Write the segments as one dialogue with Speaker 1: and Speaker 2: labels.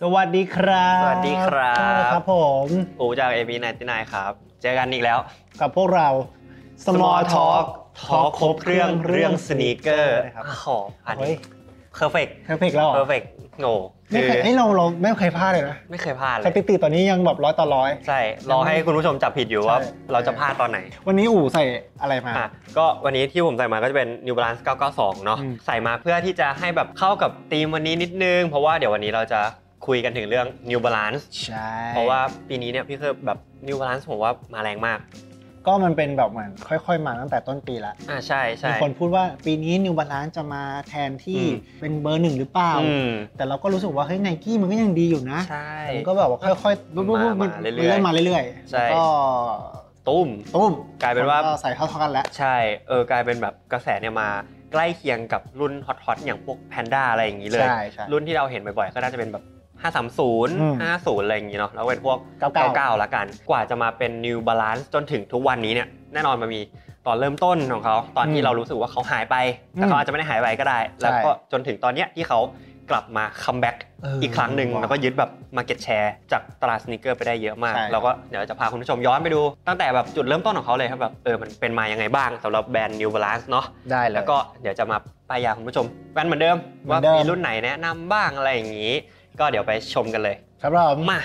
Speaker 1: สวัสดีครับ
Speaker 2: สวัสดีครับ
Speaker 1: โต้ครับผม
Speaker 2: อูจาก a b 99ครับ เจอกันอีกแล้ว
Speaker 1: กับพวกเรา
Speaker 2: Small Talk ทอ
Speaker 1: Talk
Speaker 2: ครบเครื่องเรื่องสนีกเกอร์
Speaker 1: นะครับ
Speaker 2: ขออัน
Speaker 1: เฮ้ย
Speaker 2: นี้ perfect
Speaker 1: เพอร์เฟกแล้วเหรอ
Speaker 2: perfect โง่
Speaker 1: ไม่
Speaker 2: คือ
Speaker 1: เคยเอ้ยเราเราไม่เคยพลาดเลยนะ
Speaker 2: ไม่เคยพลาดเล
Speaker 1: ส
Speaker 2: ย
Speaker 1: ถิติตอนนี้ยังแบบร้อยต่อร้อย
Speaker 2: ใช่ รอให้คุณผู้ชมจับผิดอยู่ว่า
Speaker 1: ใช่
Speaker 2: เราจะพลาดตอนไหน
Speaker 1: วันนี้อู๋ใส่อะไรมา
Speaker 2: อ่ะก็วันนี้ที่ผมใส่มาก็จะเป็น New Balance 992 เนาะ
Speaker 1: อืม
Speaker 2: ใส่มาเพื่อที่จะให้แบบเข้ากับธีมวันนี้นิดนึง เพราะว่าเดี๋ยววันนี้เราจะคุยกันถึงเรื่อง New Balance
Speaker 1: ใช่
Speaker 2: เพราะว่าปีนี้เนี่ยพี่เคยแบบ New Balance ผมว่ามาแรงมาก
Speaker 1: ก็มันเป็นแบบเหมือนค่อย ๆ มาตั้งแต่ต้นปีละ
Speaker 2: อ่าใช่ใช่
Speaker 1: มีคนพูดว่าปีนี้ New Balance จะมาแทนที่
Speaker 2: อืม
Speaker 1: เป็นเบอร์หนึ่งหรือเปล่า
Speaker 2: อืม
Speaker 1: แต่เราก็รู้สึกว่าเฮ้ยไนกี้มันก็ยังดีอยู่นะ
Speaker 2: ใช่
Speaker 1: มันก็แบบว่าค่อยๆ
Speaker 2: มา
Speaker 1: ๆ
Speaker 2: มา
Speaker 1: ๆ
Speaker 2: เรื่อยๆ
Speaker 1: เรื่อยๆมาเรื่อยๆ
Speaker 2: ใช่
Speaker 1: แล้วก็
Speaker 2: ตุ้ม
Speaker 1: ตุ้ม
Speaker 2: กลายเป็นว่า
Speaker 1: ใส่เท่าๆกันแล้ว
Speaker 2: ใช่ เออ กลายเป็นแบบกระแสเนี่ยมาใกล้เคียงกับรุ่นฮอตๆอย่างพวกแพนด้าอะไรอย่างนี้เลย
Speaker 1: ใช่ใช่
Speaker 2: รุ่นที่เราเห็นบ่อยๆ ก็น่าจะเป็นแบบ 530
Speaker 1: อืม
Speaker 2: 50 อะไรอย่างนี้เนาะ แล้วเป็นพวก
Speaker 1: 99
Speaker 2: 99 ละกัน กว่าจะมาเป็น New Balance จนถึงทุกวันนี้เนี่ย แน่นอนมันมีตอนเริ่มต้นของเขา ตอนที่
Speaker 1: อืม
Speaker 2: เรารู้สึกว่าเขาหายไป แต่
Speaker 1: อืม
Speaker 2: เขาอาจจะไม่ได้หายไปก็ได้ แล้วก็จนถึงตอนเนี้ยที่เขากลับมาคัมแบ็ก
Speaker 1: เอออี
Speaker 2: อีกครั้งหนึ่ง
Speaker 1: ว่ะ
Speaker 2: แล้วก็ยึดแบบ Market Share จากตลาดสนิเกอร์ไปได้เยอะมาก
Speaker 1: ใช่
Speaker 2: แล้วก็เดี๋ยวจะพาคุณผู้ชมย้อนไปดู ตั้งแต่แบบจุดเริ่มต้นของเขาเลยครับแบบเออมันเป็นมายังไงบ้างสำหรับแบรนด์ New Balance เนาะ
Speaker 1: ได้เลย
Speaker 2: แล้วก็เดี๋ยวจะมาป้ายยาคุณผู้ชมกันเหมือนเดิม
Speaker 1: เหมือ
Speaker 2: ว่า
Speaker 1: นเดิม
Speaker 2: มีรุ่นไหนแนะนำบ้างอะไรอย่างนี้ ก็เดี๋ยวไปชมกันเลย
Speaker 1: ครับเรา
Speaker 2: มา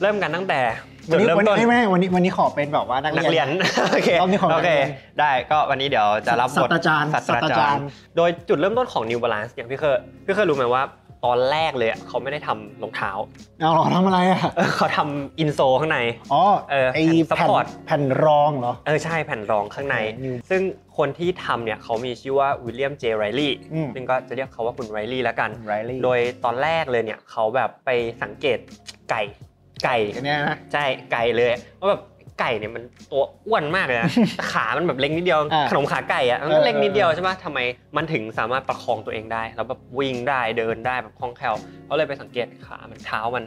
Speaker 2: เริ่มกันตั้งแต่
Speaker 1: วั
Speaker 2: จุ
Speaker 1: นนี้
Speaker 2: ดเริ่ม
Speaker 1: วัน
Speaker 2: ต้
Speaker 1: นี้
Speaker 2: น
Speaker 1: ไม่ไม่วันนี้วันนี้ขอเป็นแบบว่านัก
Speaker 2: นัก
Speaker 1: เรี
Speaker 2: เรี
Speaker 1: ย
Speaker 2: ย
Speaker 1: น
Speaker 2: น โอเค
Speaker 1: รอบนี้ของนั
Speaker 2: โอก
Speaker 1: เรี
Speaker 2: เค
Speaker 1: ยน
Speaker 2: ได้ก็วันนี้เดี๋ยวจะรับบท
Speaker 1: ศาสตราจารย์
Speaker 2: ศาสตราจารย์ โดยจุดเริ่มต้นของ New Balance เนี่ยพี่เคยพี่เคยรู้ไหมว่าตอนแรกเลยอะเขาไม่ได้ทำรองเท้า
Speaker 1: เอาเหรอทำอะไรอ่ะ
Speaker 2: เออเขาทำอินโซข้างใน
Speaker 1: อ๋อ
Speaker 2: เออ
Speaker 1: ไอ
Speaker 2: แผ่
Speaker 1: แผ่น
Speaker 2: น support
Speaker 1: แผ่นรองเหรอ
Speaker 2: เออใช่แผ่นรองข้างใน
Speaker 1: โอเค New
Speaker 2: ซึ่งคนที่ทำเนี่ยเขามีชื่อว่าวิลเลียมเจไรลี่
Speaker 1: อืม
Speaker 2: ซึ่งก็จะเรียกเขาว่าคุณไรลี่แล้วกัน
Speaker 1: ไรลี่
Speaker 2: โดยตอนแรกเลยเนี่ยเขาแบบไปสังเกตไก่ไก่
Speaker 1: อันเนี้ยนะ
Speaker 2: ใช่ไก่เลยว่าแบบไก่เนี่ยมันตัวอ้วนมากเลย นะ ขามันแบบเล็กนิดเดียว
Speaker 1: อ่า
Speaker 2: ขนมขาไก่อะมัน
Speaker 1: เออ
Speaker 2: ก็เล็กนิดเดียวใช่ไหมทำไมมันถึงสามารถประคองตัวเองได้ แล้วแบบวิ่งได้เดินได้แบบคล่องแคล่วเขาเลยไปสังเกตขามันเท้ามัน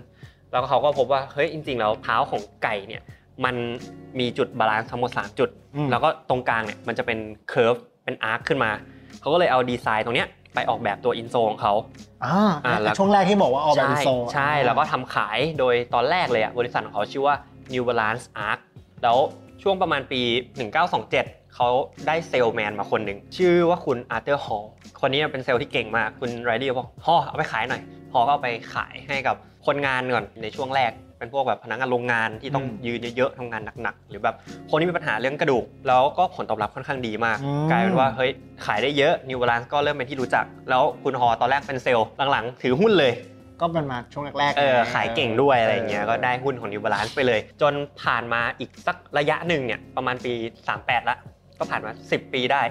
Speaker 2: แล้วเขาก็พบว่าเฮ้ยจริงๆแล้วเท้าของไก่เนี่ยมันมีจุดบาลานซ์ทั้งหมดสามจุด
Speaker 1: อืม
Speaker 2: แล้วก็ตรงกลางเนี่ยมันจะเป็นเคิร์ฟเป็นอาร์คขึ้นมาเขาก็เลยเอาดีไซน์ตรงเนี้ยไปออกแบบตัวอินโซของเขา
Speaker 1: อ่า
Speaker 2: อ่าแล้ว
Speaker 1: ช่วงแรกที่บอกว่าออกแบบอินโซ
Speaker 2: ใช่ใช่
Speaker 1: อ่า
Speaker 2: แล้วก็ทำขายโดยตอนแรกเลยอ่ะบริษัทของเขาชื่อว่า New Balance Arc แล้วช่วงประมาณปี 1927 เขาได้เซลแมนมาคนหนึ่ง ชื่อว่าคุณอาร์เ r อร์ฮอลคนนี้เป็นเซลล์ที่เก่งมาก คุณไรดี้บอกฮอลเอาไปขายหน่อยฮอลก็เอาไปขายให้กับคนงานก่อนในช่วงแรก เป็นพวกแบบพนักงานโรงงานที่ต้อง
Speaker 1: อืม
Speaker 2: ยืนเยอะๆทำงานหนักๆ หรือแบบคนที่มีปัญหาเรื่องกระดูก แล้วก็ผลตอบรับค่อนข้างดีมาก
Speaker 1: อืม
Speaker 2: กลายเป็นว่า เฮ้ย ขายได้เยอะ New Balance ก็เริ่มเป็นที่รู้จัก แล้วคุณฮอตอนแรกเป็นเซลล์หลังๆ ถือหุ้นเลย
Speaker 1: ก็มันมาช่วงแรกๆ
Speaker 2: เออขายเก่งด้วยอะไรอย่างเงี้ยก็ได้
Speaker 1: อ
Speaker 2: หุ้นของ New Balance ไปเลย จนผ่านมาอีกสักระยะหนึ่งเนี่ยประมาณปี 38 ละก็ผ่านมา 10 ปีได้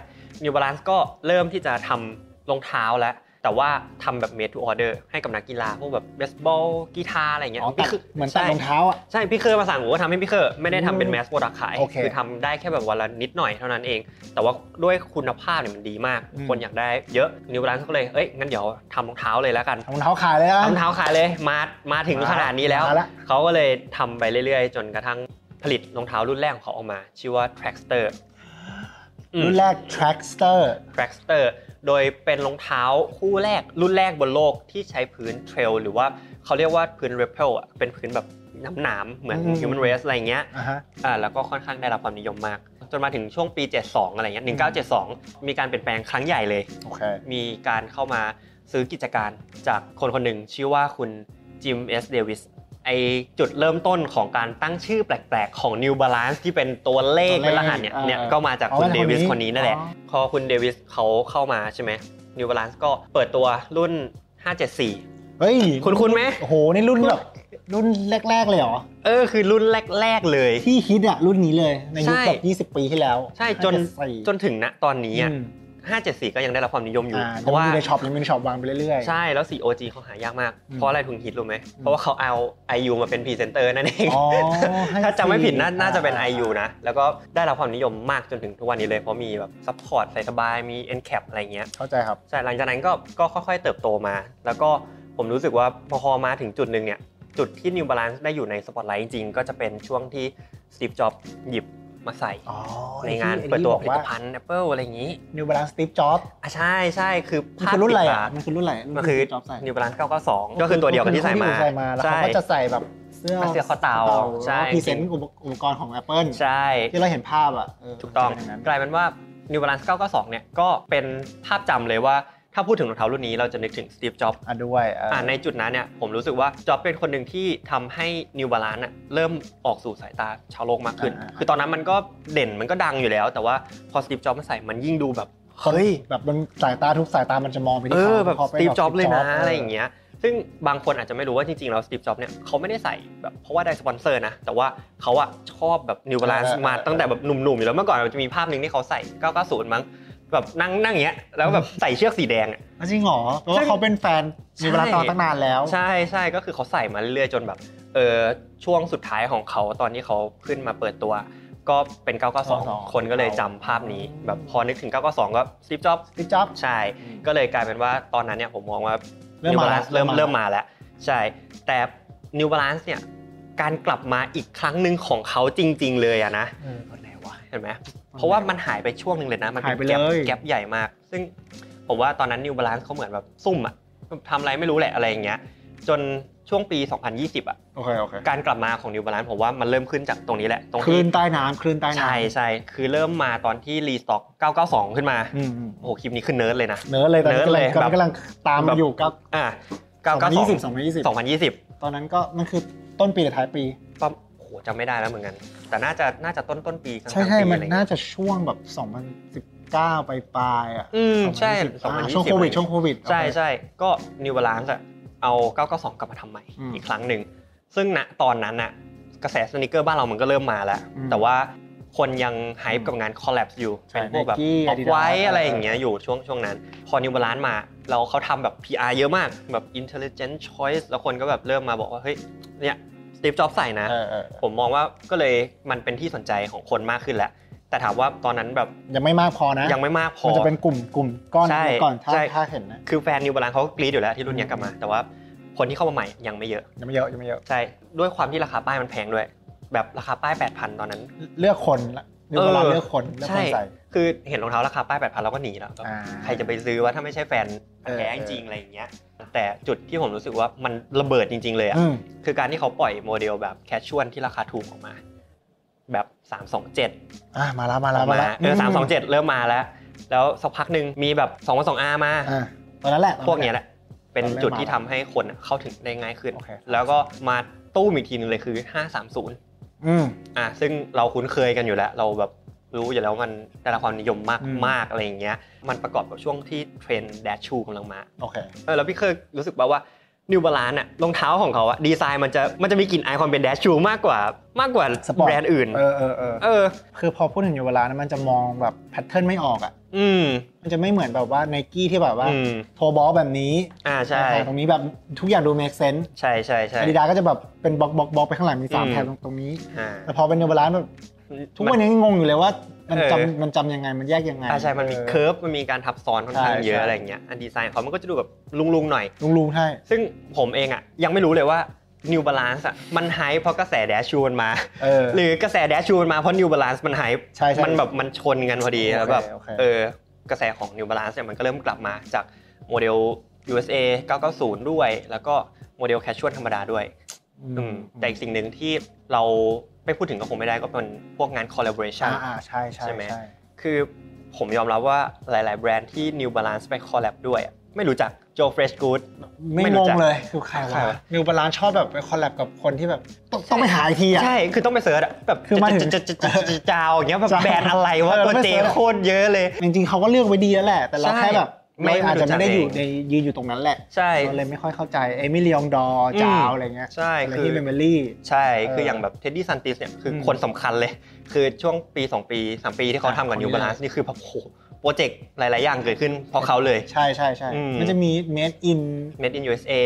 Speaker 2: New Balance ก็เริ่มที่จะทำรองเท้าแล้ว แต่ว่าทำแบบ made to order ให้กับนักกีฬาพวกแบบเบสบอลกีฬาอะไรอย่าง
Speaker 1: อ
Speaker 2: เงี้ย
Speaker 1: อ๋อตัด
Speaker 2: พี่คื
Speaker 1: เหมือนตัดรอง
Speaker 2: ใช่
Speaker 1: เท้าอ่ะ
Speaker 2: ใช่ พี่เคยมาสั่งผมก็ทำให้พี่เคยไม่ได้ทำเป็น
Speaker 1: อืม
Speaker 2: แมสโปรดักขาย
Speaker 1: โอเค
Speaker 2: คือทำได้แค่แบบวันละนิดหน่อยเท่านั้นเอง แต่ว่าด้วยคุณภาพเนี่ยมันดีมาก
Speaker 1: อืม
Speaker 2: คนอยากได้เยอะ New Balance ก็เลยเอ้ยงั้นเดี๋ยวทำรองเท้าเลยแล้วกัน
Speaker 1: รองเท้าขายเลยนะ
Speaker 2: รองเท้าขายเลยมามาถึงขนาดนี้แล้ว
Speaker 1: มาละ
Speaker 2: เขาก็เลยทำไปเรื่อยๆ จนกระทั่งผลิตรองเท้ารุ่นแรกของเขาออกมา ชื่อว่า Trackster อืม
Speaker 1: รุ่นแรก Trackster
Speaker 2: Trackster โดยเป็นรองเท้าคู่แรกรุ่นแรกบนโลกที่ใช้พื้นเทรลหรือว่าเขาเรียกว่าพื้น Rappel อะเป็นพื้นแบบน้ำหนามเหมือน
Speaker 1: อืม
Speaker 2: Human Race อะไรเงี้ย
Speaker 1: อ่าฮะ
Speaker 2: อ่าแล้วก็ค่อนข้างได้รับความนิยมมาก จนมาถึงช่วงปี 72 อะไรเงี้ย
Speaker 1: อืม
Speaker 2: 1972 มีการเปลี่ยนแปลงครั้งใหญ่เลย
Speaker 1: โอเค
Speaker 2: มีการเข้ามาซื้อกิจการจากคนคนหนึ่งชื่อว่าคุณจิมเอสเดวิสไอจุดเริ่มต้นของการตั้งชื่อแปลกๆ ของ New Balance ที่เป็นตัวเลข
Speaker 1: ตัวเลข
Speaker 2: เป็นรหัสเนี่ย
Speaker 1: อ่า
Speaker 2: เนี่ย
Speaker 1: อ่า
Speaker 2: ก็มาจาก
Speaker 1: อ๋อ
Speaker 2: คุณ
Speaker 1: มาจาก
Speaker 2: เดวิส
Speaker 1: คนนี้
Speaker 2: คนนี้นั่นแหละ
Speaker 1: อ๋อ
Speaker 2: พอคุณเดวิสเขาเข้ามาใช่ไหม New Balance ก็เปิดตัวรุ่น 574
Speaker 1: เฮ้ย
Speaker 2: คุณคุณไหม
Speaker 1: โอ้โห นี่รุ่นแบบรุ่นแรก ๆ เลยเหรอ
Speaker 2: เออ คือรุ่นแรก ๆ เลย
Speaker 1: ที่ฮิตอะรุ่นนี้เลย ในยุค
Speaker 2: ใช่
Speaker 1: แบบ20 ปีที่แล้ว
Speaker 2: ใช่จน
Speaker 1: 54
Speaker 2: จนถึงณตอนนี้อะ
Speaker 1: อืม
Speaker 2: 574 ก็ยังได้รับความนิยมอยู่
Speaker 1: อ่า
Speaker 2: เพ
Speaker 1: เพ
Speaker 2: ราะ
Speaker 1: ราะ
Speaker 2: ว่า
Speaker 1: ว่าในช็อปยังเป็นช็อปวางไปเรื่อย
Speaker 2: ใช่แล้ว 4OG เขาหายากมาก
Speaker 1: อืม
Speaker 2: เพราะอะไรถึงฮิตรู้ไหม
Speaker 1: อืม
Speaker 2: เพราะว่าเขาเอา IU มาเป็นพรีเซนเตอร์นั่นเอง
Speaker 1: อ๋อให้
Speaker 2: ถ้าจำไม่ผิดน่า
Speaker 1: สี่
Speaker 2: น่าจะเป็น
Speaker 1: อ่า
Speaker 2: IU นะ แล้วก็ได้รับความนิยมมากจนถึงทุกวันนี้เลย เพราะมีแบบซัพพอร์ตใส่สบายมี NCAP อะไรเงี้ย
Speaker 1: เข้าใจครับ
Speaker 2: ใช่หลังจากนั้นก็ก็ค่อยๆเติบโตมา แล้วก็ผมรู้สึกว่าพอมาถึงจุดหนึ่งเนี่ย จุดที่ New Balance ได้อยู่ในสปอตไลท์จริงๆ ก็จะเป็นช่วงที่ Steve Jobs หยิบ มาใส่
Speaker 1: อ๋อ
Speaker 2: ในงานเปิดตัวผลิตภัณฑ์ Apple อะไรอย่างนี้
Speaker 1: นิวบาลานซ์สตีฟจ็อบ
Speaker 2: อ่ะใช่ใช่คือ
Speaker 1: มัน
Speaker 2: ภาพ
Speaker 1: คือรุ่นอะไร
Speaker 2: ติด
Speaker 1: อ่ะ
Speaker 2: ตา
Speaker 1: มันคือรุ่นอะไร
Speaker 2: มันคือ
Speaker 1: จ็อบใส่
Speaker 2: New Balance 992 ก็คือตัวเดียวกันที่ใส่มา
Speaker 1: ใส่มาแล้วเขาก็จะใส่แบบเสื้อ
Speaker 2: เสื้อคอเต่าใช่
Speaker 1: พรีเซนต์อุปกรณ์ของ Apple
Speaker 2: ใช่
Speaker 1: ที่เราเห็นภาพอ่ะเ
Speaker 2: ถูกต้อง
Speaker 1: เป็นย่านั้น
Speaker 2: กลายเป็นว่า New Balance 992 เนี่ย ก็เป็นภาพจำเลยว่าถ้าพูดถึงรองเท้ารุ่นนี้เราจะนึกถึง Steve Jobs
Speaker 1: อ่ะด้วยเอออ
Speaker 2: อ่าในจุดนั้นเนี่ย ผมรู้สึกว่าจ็อบเป็นคนหนึ่งที่ทำให้ New Balance อะเริ่มออกสู่สายตาชาวโลกมากขึ้น คือตอนนั้นมันก็เด่นมันก็ดังอยู่แล้ว แต่ว่าพอ Steve Jobs มาใส่มันยิ่งดูแบบ เฮ้ย
Speaker 1: แบบมันสายตาทุกสายตามันจะมองไป
Speaker 2: เอ
Speaker 1: ที่
Speaker 2: อ
Speaker 1: เขา
Speaker 2: แบบ
Speaker 1: พอ
Speaker 2: ส
Speaker 1: ป็น
Speaker 2: ตีฟจ็อบ
Speaker 1: Steve
Speaker 2: เลยนะ
Speaker 1: Jobs
Speaker 2: อะไรอย่างเงี้ย ซึ่งบางคนอาจจะไม่รู้ว่าจริงๆแล้วสตีฟจ็อบเนี่ยเขาไม่ได้ใส่แบบเพราะว่าได้สปอนเซอร์นะ แต่ว่าเขาอะชอบแบบ New Balance
Speaker 1: เออเออ
Speaker 2: มาตั้งแต่แบบหนุ่มๆ อยู่แล้วเมื่อก่อนมันจะมีภาพหนึ่งที่เขาใส่ 990 มั้งแบบนั่งนั่งอย่างเงี้ยแล้วแบบใส่เชือกสีแดงอะ
Speaker 1: อ่ะจริงเหรอเพราะว่าเขาเป็นแฟน
Speaker 2: ใช่
Speaker 1: มีเวลาตอนตั้งนานแล้ว
Speaker 2: ใช่ใช่ก็คือเขาใส่มาเรื่อยๆ จนแบบเออช่วงสุดท้ายของเขาตอนที่เขาขึ้นมาเปิดตัว ก็เป็น 992
Speaker 1: 992
Speaker 2: คนก็เลยจำภาพนี้ แบบพอนึกถึง 992 ก็สตีฟจ็อบ
Speaker 1: สตีฟจ็อบ
Speaker 2: ใช่
Speaker 1: อืม
Speaker 2: ก็เลยกลายเป็นว่าตอนนั้นเนี่ยผมมองว่า
Speaker 1: เริ่
Speaker 2: New
Speaker 1: มมา
Speaker 2: Balance
Speaker 1: แล้ว
Speaker 2: เริ่ม
Speaker 1: เริ่
Speaker 2: เริ่ม
Speaker 1: ม
Speaker 2: มา
Speaker 1: มา
Speaker 2: แล้ว ใช่ แต่ New Balance เนี่ย การกลับมาอีกครั้งหนึ่งของเขาจริง ๆ เลยอะนะคนไหนวะเห็นไหม เพราะว่ามันหายไปช่วงหนึ่งเลยนะ มัน
Speaker 1: หายไป
Speaker 2: แกป
Speaker 1: เลย
Speaker 2: แกปใหญ่มาก ซึ่งผมว่าตอนนั้น New Balance เขาเหมือนแบบซุ่มอะทำอะไรไม่รู้แหละอะไรอย่างเงี้ย จนช่วงปี 2020อะ
Speaker 1: โอเคโอเค
Speaker 2: การกลับมาของ New Balance ผมว่ามันเริ่มขึ้นจากตรงนี้แหละ ตรง
Speaker 1: คลื่
Speaker 2: ที่
Speaker 1: นใต้น้ำคลื่นใต้น้ำ
Speaker 2: ใช่ใช่คือเริ่มมาตอนที่รีสต็อก 992 ขึ้นมา
Speaker 1: อืมอืม
Speaker 2: โอ้โหคลิปนี้ขึ้นเนิร์ดเลยนะ
Speaker 1: เนื้อเลยตอนนี้
Speaker 2: เนิร์ดเลย
Speaker 1: กำลัง
Speaker 2: แบบ
Speaker 1: กำลังตาม
Speaker 2: แบบ
Speaker 1: อยู่กับ
Speaker 2: อ่า
Speaker 1: 2020
Speaker 2: 992
Speaker 1: 2020
Speaker 2: 2020
Speaker 1: ตอนนั้นก็มันคือต้นปีหรือท้ายปี
Speaker 2: ปั๊มโอ้โหจำไม่ได้แล้วเหมือนกัน แต่น่าจะน่าจะต้นต้นปีกลางๆ
Speaker 1: ใช่ใช่
Speaker 2: ปี
Speaker 1: มั
Speaker 2: อะ
Speaker 1: น
Speaker 2: ไรเงี้ย
Speaker 1: น่าจะช่วงแบบ 2019 ไปปลายๆอ่ะ
Speaker 2: อืมใช่
Speaker 1: 2020อ่า
Speaker 2: 2020
Speaker 1: ช่วงโควิดช่วงโควิด
Speaker 2: ใช่ใช่ก็ New Balance อะเอา 992 กลับมาทำใหม่
Speaker 1: อืม
Speaker 2: อีกครั้งหนึ่ง ซึ่งณตอนนั้นอะกระแสสนิเกอร์บ้านเรามันก็เริ่มมาแล้ว
Speaker 1: อืม
Speaker 2: แต่ว่าคนยังไฮ
Speaker 1: อื
Speaker 2: ป์
Speaker 1: ม
Speaker 2: กับงานคอลแลบอยู่
Speaker 1: ใช่
Speaker 2: เป็นพวกแบบ
Speaker 1: Nike
Speaker 2: ออกไว้
Speaker 1: Adidas
Speaker 2: อะไรอย่างเงี้ยอยู่ช่วงช่วงนั้น พอ New Balance มาเราเขาทำแบบ PR เยอะมากแบบ intelligent choice แล้วคนก็แบบเริ่มมาบอกว่าเฮ้ยเนี่ยสตีฟจ็อบใส่นะ
Speaker 1: เออเออเออ
Speaker 2: ผมมองว่าก็เลยมันเป็นที่สนใจของคนมากขึ้นแล้ว แต่ถามว่าตอนนั้นแบบ
Speaker 1: ยังไม่มากพอนะ
Speaker 2: ยังไม่มากพอ
Speaker 1: มันจะเป็นกลุ่มกลุ่มก้อน
Speaker 2: ใช่
Speaker 1: เดียวก่อนถ้า
Speaker 2: ใช่
Speaker 1: ถ้าเห็นนะ
Speaker 2: คือแฟนนิวบาลานเขาก็กรี๊ดอยู่แล้วที่รุ่นเนี้ยกลับมา แต่ว่าคนที่เข้ามาใหม่ยังไม่เยอะ
Speaker 1: ยังไม่เยอะยังไม่เยอะ
Speaker 2: ใช่ ด้วยความที่ราคาป้ายมันแพงด้วย แบบราคาป้าย 8,000 ตอนนั้น
Speaker 1: เลือกคนละนี่เวลา
Speaker 2: เออ
Speaker 1: เลือกคนเลือก
Speaker 2: ใช่
Speaker 1: คนใส่
Speaker 2: คือเห็นรองเท้าราคาป้าย 8,000เราก็หนีแล้วแบบ
Speaker 1: อ่า
Speaker 2: ใครจะไปซื้อว่าถ้าไม่ใช่แฟน
Speaker 1: เออ
Speaker 2: แท้จริงๆอะไรอย่างเงี้ย แต่จุดที่ผมรู้สึกว่ามันระเบิดจริง ๆ เลยอะ
Speaker 1: อืม
Speaker 2: คือการที่เขาปล่อยโมเดลแบบแคชชวลที่ราคาถูกออกมา แบบ 327
Speaker 1: อ่ะมาแล้วมา
Speaker 2: อ
Speaker 1: แล้
Speaker 2: อ
Speaker 1: ว
Speaker 2: ก
Speaker 1: มา
Speaker 2: มา
Speaker 1: แล้ว
Speaker 2: เออสามสองเจ็ดเริ่มมาแล้ว แล้วสักพักหนึ่งมีแบบ2องสองอามา
Speaker 1: อ่ะตอนนั้นแหละ
Speaker 2: พวกเนี้ยแหละ เป็นจุดที่
Speaker 1: เริ่
Speaker 2: ทำ
Speaker 1: มมา
Speaker 2: ให้คนเข้าถึงได้ง่ายขึ้น
Speaker 1: โอเค
Speaker 2: แล้วก็มาตู้มอีกทีนึงเลยคือ 530
Speaker 1: อืม
Speaker 2: อ่ะซึ่งเราคุ้นเคยกันอยู่แล้ว เราแบบรู้อยู่แล้วมันได้รับความนิยมมาก
Speaker 1: อืม
Speaker 2: มากอะไรอย่างเงี้ย มันประกอบกับช่วงที่เทรนด์แดชชูกำลังมา
Speaker 1: โอเค
Speaker 2: เออแล้วพี่เคยรู้สึกป่าวว่านิวบาลานอะรองเท้าของเขาอะดีไซน์มันจะมันจะมีกลิ่นอายความเป็นแดชชูมากกว่ามากกว่า
Speaker 1: สปอร์ต
Speaker 2: แบรนด์อื่น
Speaker 1: เออเออเออ
Speaker 2: เออ
Speaker 1: คือพอพูดถึงอยู่เวลานะมันจะมองแบบแพทเทิร์นไม่ออกอ่ะ
Speaker 2: อืม
Speaker 1: มันจะไม่เหมือนแบบว่าไนกี้ที่แบบว่า
Speaker 2: อืม
Speaker 1: โทรบอลแบบนี้
Speaker 2: อ่าใช่
Speaker 1: ในทางตรงนี้แบบทุกอย่างดู make sense
Speaker 2: ใช่ใช่ใช่
Speaker 1: อาดิดาก็จะแบบเป็นบล็อกบล็อกบล็อกไปข้างหลังมีสาม
Speaker 2: อืม
Speaker 1: แถบตรงตรงนี้
Speaker 2: อ่า
Speaker 1: แต่พอเป็นเนวบาลานซ์แบบทุกวัน
Speaker 2: มั
Speaker 1: นี้ยังงงอยู่เลยว่ามัน
Speaker 2: เออ
Speaker 1: จำมันจำยังไงมันแยกยังไง
Speaker 2: อ่าใช่ มันมีเคิร์ฟ มันมีการทับซ้อนค่อนข้าง
Speaker 1: ใช่
Speaker 2: เยอะ
Speaker 1: ใช่
Speaker 2: อะไรอย่างเงี้ย อันดีไซน์เขามันก็จะดูแบบลุงๆหน่อย
Speaker 1: ลุงลุงๆใช่
Speaker 2: ซึ่งผมเองอ่ะยังไม่รู้เลยว่า New Balance อ่ะมันไฮเพราะกระแสแดชชูมันมา
Speaker 1: เออ
Speaker 2: หรือกระแสแดชชูมันมาเพราะ New Balance มันไฮ
Speaker 1: ใช่ใช่
Speaker 2: มันแบบมันชนกันพอดี
Speaker 1: โอเค
Speaker 2: แล้วแบบ
Speaker 1: โอเค
Speaker 2: เออกระแสของ New Balance เนี่ยมันก็เริ่มกลับมาจากโมเดล USA 990 ด้วย แล้วก็โมเดลแคชชวลธรรมดาด้วย
Speaker 1: ม
Speaker 2: อืมแต่อีกสิ่งหนึ่งที่เราไม่พูดถึงก็คงไม่ได้ก็เป็นพวกงาน collaboration
Speaker 1: อ่าๆใช่ใช่
Speaker 2: ใช่ไหม
Speaker 1: ใช่
Speaker 2: คือผมยอมรับว่าหลาย ๆ แบรนด์ที่ New Balance ไปคอลแลบด้วยอะไม่รู้จัก Joe Fresh Good
Speaker 1: ไม่
Speaker 2: ไม่รู้
Speaker 1: งง
Speaker 2: จัก
Speaker 1: เลยคือใคร
Speaker 2: ใคร
Speaker 1: วะ
Speaker 2: วะ
Speaker 1: นิวบาลานชอบแบบไปคอลแลบกับคนที่แบบต้องต้องไปหาอีกทีอ่ะ
Speaker 2: ใช่ คือต้องไปเสิร์ชอะแบบ
Speaker 1: คือมาถึง
Speaker 2: จะจะจะจะจะจาวอย่างเงี้ยแบบ
Speaker 1: ใช่
Speaker 2: แบรนด์อะไรวะ
Speaker 1: เออ
Speaker 2: ตัว
Speaker 1: ไม่
Speaker 2: เจ
Speaker 1: เสิร์ช
Speaker 2: โคตรเยอะเลย
Speaker 1: จริงๆเขาก็เลือกไว้ดีแล้วแหละ แต่เรา
Speaker 2: ใช่
Speaker 1: แค่แบบ
Speaker 2: ไม่
Speaker 1: เราอาจจะไม่ได้อยู่
Speaker 2: รู้จัก
Speaker 1: ใน
Speaker 2: เอง
Speaker 1: ยืนอยู่ตรงนั้นแหละ
Speaker 2: ใช่
Speaker 1: เราเลยไม่ค่อยเข้าใจเอมิเลียงดอร์จาว
Speaker 2: อืม
Speaker 1: อะไรเงี้ย
Speaker 2: ใช่
Speaker 1: อะไร
Speaker 2: คื
Speaker 1: ที่
Speaker 2: อ
Speaker 1: เมมเบอรี่
Speaker 2: ใช่คื
Speaker 1: เออ
Speaker 2: ออ
Speaker 1: อย่าง
Speaker 2: แบบเท็ดดี้ซันติสเนี่ยคืออ
Speaker 1: ม
Speaker 2: คนสำคัญเลย คือช่วงปี 2 ปี 3 ปีที่เขาทำกับ
Speaker 1: คนนี้
Speaker 2: New Balance นี่คือแบบโอ้โหโปรเจกต์หลาย ๆ อย่างเกิดขึ้นเพราะเขาเลย
Speaker 1: ใช่ใช่ใช่
Speaker 2: อืม
Speaker 1: มันจะมี made in
Speaker 2: Made in USA